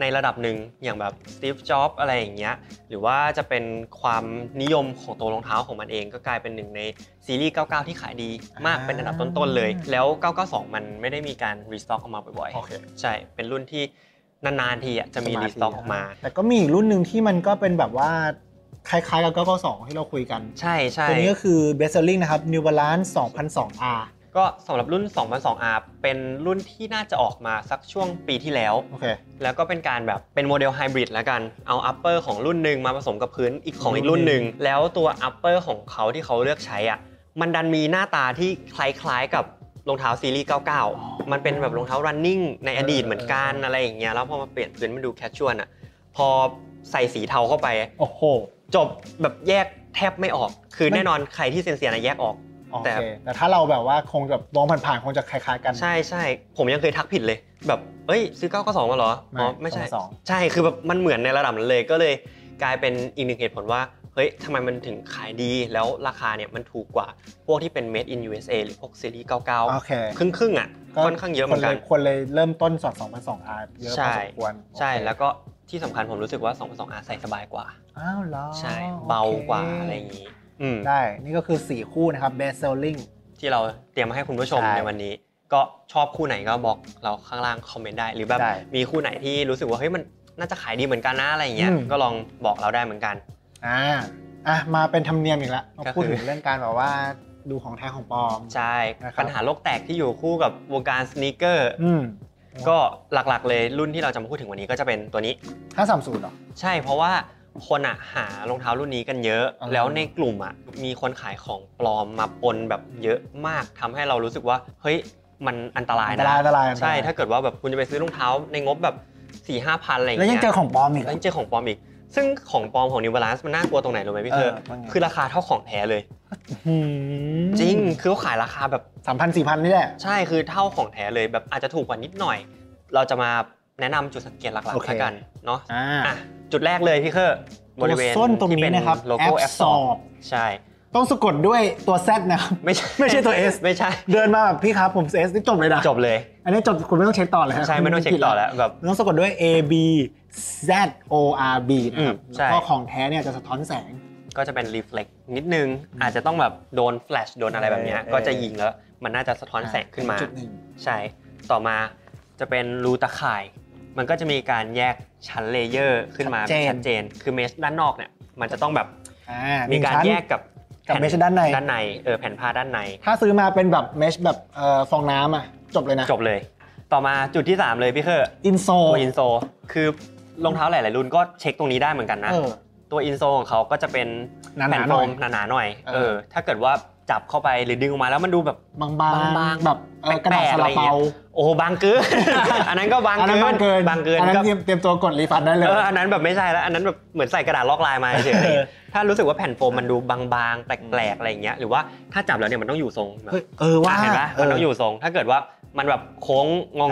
Speaker 2: ในระดับหนึ่งอย่างแบบสตีฟจ็อบอะไรอย่างเงี้ย หรือว่าจะเป็นความนิยมของตัวรองเท้าของมันเอง ก็กลายเป็นหนึ่งในซีรีส์ 99 ที่ขายดีมาก
Speaker 1: อ่า
Speaker 2: เป็นอันดับต้น ๆ เลย แล้ว 992 มันไม่ได้มีการรีสต็อกออกมาบ่อย
Speaker 1: โอเค
Speaker 2: ๆ ใช่ เป็นรุ่นที่นาน ๆ ทีอะจะมีรีสต็อกออกมา
Speaker 1: แต่ก็มีอีกรุ่นหนึ่งที่มันก็เป็นแบบว่า คล้ายๆกับ992 ที่เราคุยกัน
Speaker 2: ใช่ใช่
Speaker 1: ตัวนี้ก็คือ Best Selling นะครับ New Balance 2002 R
Speaker 2: ก็สำหรับรุ่น 2002R เป็นรุ่นที่น่าจะออกมาสักช่วงปีที่แล้ว
Speaker 1: โอเค
Speaker 2: แล้วก็เป็นการแบบเป็นโมเดลไฮบริดแล้วกัน เอาอัปเปอร์ของรุ่นหนึ่งมาผสมกับพื้นอีกของอีกรุ่นหนึ่ง แล้วตัวอัปเปอร์ของเขาที่เขาเลือกใช้อ่ะ มันดันมีหน้าตาที่คล้ายๆกับรองเท้าซีรีส์ 99 มันเป็นแบบรองเท้า running ในอดีตเหมือนกันอะไรอย่างเงี้ย แล้วพอมาเปลี่ยนพื้นมันดูแคชชวลอ่ะ พอใส่สีเทาเข้าไป
Speaker 1: โอ้โห
Speaker 2: จบแบบแยกแทบไม่ออก คือแน่นอนใครที่เซียนเซียนะแยกออก
Speaker 1: โอ
Speaker 2: แต่
Speaker 1: เคแต่ถ้าเราแบบว่าคงแบบมองผ่านๆคงจะคล้ายๆกัน
Speaker 2: ใช่ใช่ผมยังเคยทักผิดเลย แบบเอ้ยซื้อเก้าก็สองมาเหรอ
Speaker 1: ไม่
Speaker 2: อ๋อไม่ใช่
Speaker 1: สองกับสอง
Speaker 2: ใช่คือแบบมันเหมือนในระดับนั้นเลยก็เลยกลายเป็นอีกหนึ่งเหตุผลว่าเฮ้ยทำไมมันถึงขายดีแล้วราคาเนี่ยมันถูกกว่าพวกที่เป็น made in USA หรือพวกซีรีส์
Speaker 1: โอ
Speaker 2: 99
Speaker 1: เค
Speaker 2: ครึ่งครึ่งๆอ่ะค่อนข้างเยอะเหมือนกัน
Speaker 1: คลยควรเลยเริ่มต้นสอด2002 R เยอะพอ
Speaker 2: ใช่
Speaker 1: สมควร
Speaker 2: ใช่
Speaker 1: โอเค
Speaker 2: แล้วก็ที่สำคัญผมรู้สึกว่า 2 2 R ใส่สบายกว่า
Speaker 1: อ้าวเหรอ
Speaker 2: ใช่
Speaker 1: โอค
Speaker 2: เบากว่าอะไรอย่างนี้อืม
Speaker 1: ได้ นี่ก็คือ 4 คู่นะครับ best selling
Speaker 2: ที่เราเตรียมมาให้คุณผู้ชม
Speaker 1: ใช่
Speaker 2: ในวันนี้ ก็ชอบคู่ไหนก็บอกเราข้างล่างคอมเมนต์ได้ หรือแบบ
Speaker 1: ได้
Speaker 2: มีคู่ไหนที่รู้สึกว่าเฮ้ยมันน่าจะขายดีเหมือนกันนะอะไรอย่างเงี้ย
Speaker 1: อืม
Speaker 2: ก็ลองบอกเราได้เหมือนกัน
Speaker 1: อ่าอ่ะ มาเป็นธรรมเนียมอีกแล้วมา
Speaker 2: ก็คือ
Speaker 1: พูดถึงเรื่องการแบบว่าดูของแท้ของปลอม
Speaker 2: ใช่
Speaker 1: นะครับ
Speaker 2: ปัญหาโลกแตกที่อยู่คู่กับวงการสเนคเกอร์
Speaker 1: อืม
Speaker 2: ก็หลักๆเลยรุ่นที่เราจะมาพูดถึงวันนี้ก็จะเป็นตัวนี้
Speaker 1: 530เหรอ
Speaker 2: ใช่เพราะว่าคนอะหารองเท้ารุ่นนี้กันเยอะ
Speaker 1: อ่า
Speaker 2: แล้วในกลุ่มอะมีคนขายของปลอมมาปนแบบเยอะมากทำให้เรารู้สึกว่าเฮ้ยมันอันตราย
Speaker 1: อันต
Speaker 2: นะ
Speaker 1: รายอันตรายอันตราย
Speaker 2: ใช่ ถ้าเกิดว่าแบบคุณจะไปซื้อรองเท้าในงบแบบ4ี่ห้าพันอะไรอย่าง
Speaker 1: แล้วยั
Speaker 2: เงี้
Speaker 1: ง
Speaker 2: ย
Speaker 1: เจอของปลอมอีกเหร
Speaker 2: แล้ว
Speaker 1: อ
Speaker 2: ยังเจอของปลอมอีก ซึ่งของปลอมของ New Balance มันน่ากลัวตรงไหนรู้ไหมพี่
Speaker 1: เอ
Speaker 2: เธ
Speaker 1: อ
Speaker 2: อ
Speaker 1: ว่าไง
Speaker 2: คือราคาเท่าของแท้เลย
Speaker 1: อืม
Speaker 2: จริง คือเขาขายราคาแบบ
Speaker 1: สามพันสี่พันนี่แหละ
Speaker 2: ใช่ คือเท่าของแท้เลยแบบอาจจะถูกกว่านิดหน่อย เราจะมาแนะนำจุดสังเกตหลัก
Speaker 1: โอ
Speaker 2: ๆ
Speaker 1: เค
Speaker 2: แล้วกันเนาะ
Speaker 1: อ่า
Speaker 2: อ่ะจุดแรกเลยพี่เคอร์บ
Speaker 1: ตัว
Speaker 2: ริเวณ
Speaker 1: ส้นตรง
Speaker 2: ที่เป็
Speaker 1: นี้นะครับ
Speaker 2: โลโก้แอปสอบ ใช่
Speaker 1: ต้องสะกดด้วยตัว Z นะครับ
Speaker 2: ไม่ใช่
Speaker 1: ไม่ใช่ตัว S
Speaker 2: ไม่ใช่
Speaker 1: เดินมาแบบพี่ครับผม S นี่จบเลยนะ
Speaker 2: จบเลย
Speaker 1: อันนี้จบคุณไม่ต้องเช็คต่อเลย
Speaker 2: ใช่ไม่ต้องเช็คต่อแล้วแบบ
Speaker 1: มันต้องสะกดด้วย A B Z O R B นะครับ
Speaker 2: อืมใช่
Speaker 1: แล้วก็ของแท้เนี่ยจะสะท้อนแสง
Speaker 2: ก็จะเป็นรีเฟล็กนิดนึง อาจจะต้องแบบโดนแฟลชโดนอะไรแบบเนี้ย
Speaker 3: เออ
Speaker 2: ก็จะยิงแล้ว มันน่าจะสะท้อนแสงขึ้นมา
Speaker 1: จุดหนึ่ง
Speaker 2: ใช่ ต่อมาจะเป็นรูตะข่าย มันก็จะมีการแยกชั้นเลเยอร์ขึ้นมาชัดเจน คือเมสด้านนอกเนี่ย มันจะต้องแบบ
Speaker 1: อ่า
Speaker 2: มี
Speaker 1: มี
Speaker 2: การแยกกับ
Speaker 1: กับ
Speaker 2: แผ่น
Speaker 1: เมชด้านใน
Speaker 2: ด้านใน เออแผ่นผ้าด้านใน
Speaker 1: ถ้าซื้อมาเป็นแบบเมชแบบเอ่อฟองน้ำอ่ะจบเลยนะ
Speaker 2: จบเลย ต่อมาจุดที่ 3 เลยพี่เคอร์
Speaker 1: อินโซ
Speaker 2: ตัวอินโซ คือรองเท้าหลาย ๆ รุ่นก็เช็คตรงนี้ได้เหมือนกันนะ
Speaker 1: เออ
Speaker 2: ตัวอินโซของเขาก็จะเป็น
Speaker 1: หนาๆ
Speaker 2: แผ่นโฟ
Speaker 1: หน่อย
Speaker 2: มหนาๆหน่อย
Speaker 1: เออ
Speaker 2: เออ ถ้าเกิดว่าจับเข้าไปหรือดึงออกมาแล้วมันดูแบบ
Speaker 1: บาง
Speaker 2: บางๆ
Speaker 1: ๆแบบเอ่อกระดาษซา
Speaker 2: แปะๆอะไร
Speaker 1: ลา
Speaker 2: อย่างเงี้
Speaker 1: เปาย
Speaker 2: โอ้บางเกิน อันนั้นก็บาง
Speaker 1: อัน
Speaker 2: เกิ
Speaker 1: นั้นบางเกิน
Speaker 2: บางเกิน
Speaker 1: อัน
Speaker 2: ก็
Speaker 1: นั้นเตรียมเตรียมตัวกดรีฟันได้เลย
Speaker 2: เอออันนั้นแบบไม่ใช่แล้ว อันนั้นแบบเหมือนใส่กระดาษลอกลายมาเฉย
Speaker 1: เออ
Speaker 2: ๆถ้ารู้สึกว่าแผ่นโฟมมันดูบางๆ แปลกๆ อะไรอย่างเงี้ย หรือว่าถ้าจับแล้วเนี่ยมันต้องอยู่ทรงแบบ
Speaker 1: เฮ้ยเออว่า
Speaker 2: อ่ะเห็นปะมันต้องอยู่ทรง ถ้าเกิดว่ามันแบบโค้ง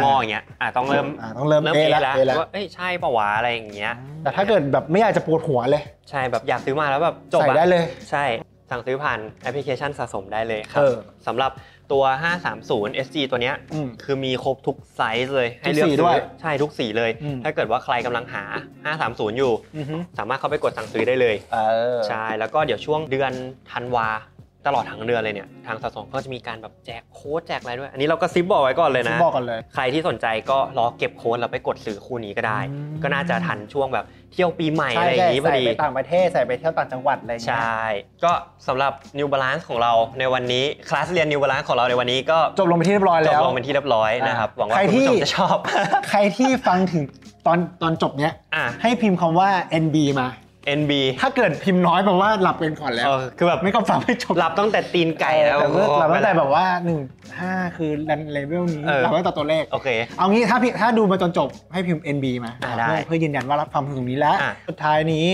Speaker 2: งอๆอย่างเงี้ยอ่ะต้องเริ่ม
Speaker 1: อ่าต้องเริ่ม
Speaker 2: เริ่ม
Speaker 1: เอ
Speaker 2: เอะ
Speaker 1: แล้วเอแล้
Speaker 2: แล้
Speaker 1: ว ว
Speaker 2: ว่าเอ้ยใช่ปะวะอะไรอย่างเงี้ย
Speaker 1: แต่ถ้าเกิดแบบไม่อยากจะปวดหัวเลย
Speaker 2: ใช่แบบอยากซื้อมาแล้วแบบจบ
Speaker 1: ใส่
Speaker 2: อะ
Speaker 1: ได้เลย
Speaker 2: ใช่ สั่งซื้อผ่านแอปพลิเคชันสะสมได้เลยครั
Speaker 1: เอบ อ
Speaker 2: สำหรับตัว 530 SG ตัวเนี้ย
Speaker 1: อืม
Speaker 2: คือมีครบทุกไซส์เลย ให้เลือก
Speaker 1: ทุกสี
Speaker 2: ซื้อ
Speaker 1: ด้วย
Speaker 2: ใช่ทุกสีเลย
Speaker 1: อืม
Speaker 2: ถ้าเกิดว่าใครกำลังหา 530 อยู่
Speaker 1: อือฮึ
Speaker 2: สามารถเข้าไปกดสั่งซื้อได้เลย
Speaker 3: เออ
Speaker 2: ใช่ แล้วก็เดี๋ยวช่วงเดือนธันวา ตลอดทั้งเดือนเลยเนี่ย ทางสะสมก็จะมีการแบบแจกโค้ดแจกอะไรด้วย อันนี้เราก็ซิปบอกไว้ก่อนเลยนะ
Speaker 1: บอกก่อนเลย
Speaker 2: ใครที่สนใจก็รอเก็บโค้ดแล้วไปกดซื้อคู่นี้ก็ได้
Speaker 1: อืม
Speaker 2: ก็น่าจะทันช่วงแบบเที่ยวปีใหม่
Speaker 3: ใช่
Speaker 2: อะไรอ
Speaker 3: ใช่
Speaker 2: ย่างนี้พอ
Speaker 3: ใส่
Speaker 2: ดี
Speaker 3: ไปต่างประเทศใส่ไปเที่ยวต่างจังหวัดอะไรอย่างเงี้ย
Speaker 2: ใช่ ก็สำหรับ New Balance ของเราในวันนี้ คลาสเรียน New Balance ของเราในวันนี้ก็
Speaker 1: จบลงไปนที่เรียบร้อย
Speaker 2: จบ
Speaker 1: แล้ว
Speaker 2: ลงเป็นที่ เรียบร้อยนะครับ หวังว่า
Speaker 1: ใคร
Speaker 2: คุณ
Speaker 1: ที่
Speaker 2: ผู้ชมจะชอบ
Speaker 1: ใครที่ฟังถึงตอนตอนจบเนี้ย
Speaker 2: อ่ะ
Speaker 1: ให้พิมพ์คำว่า NB มา
Speaker 2: NB
Speaker 1: ถ้าเกิดพิมพ์น้อยแปลว่าหลับกันก่อนแล้ว
Speaker 2: เออคือแบบ
Speaker 1: ไม่ก็ฟังไม่จบ
Speaker 2: หลับตั้งแต่ตีนไก่แล้ว
Speaker 1: แต่ว่าหลับตั้งแต่
Speaker 2: โอ้โห
Speaker 1: แบบว่าหนึ่งห้าคือรันเลเวลนี้
Speaker 2: เออ
Speaker 1: หลับตั้งแต่ตัวเลข
Speaker 2: โอเค
Speaker 1: เอางี้ถ้าพี่ถ้าดูมาจนจบให้พิมพ์ NB มา
Speaker 2: อ่าได้
Speaker 1: เพื่อเพื่อยืนยันว่ารับฟังถึงตรงนี้แล้ว
Speaker 2: อ่ะ
Speaker 1: สุดท้ายนี้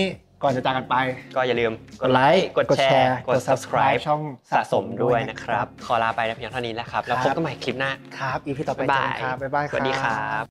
Speaker 1: ก่อนจะจากกันไป
Speaker 2: ก็อย่าลืม
Speaker 1: กดไลค์
Speaker 2: กดแชร์ กด subscribe
Speaker 1: ช่อง
Speaker 2: สะสมด้วยนะครับ ขอลาไปแล้วเพียงเท่านี้แล้วครับ แล้วพบกันใหม่คลิปหน้า
Speaker 1: ครับ EP ต่อไป
Speaker 2: บ๊ายบาย
Speaker 1: เจอกันครับบ๊ายบายค
Speaker 2: ส
Speaker 1: รับ
Speaker 2: วัสดีครับ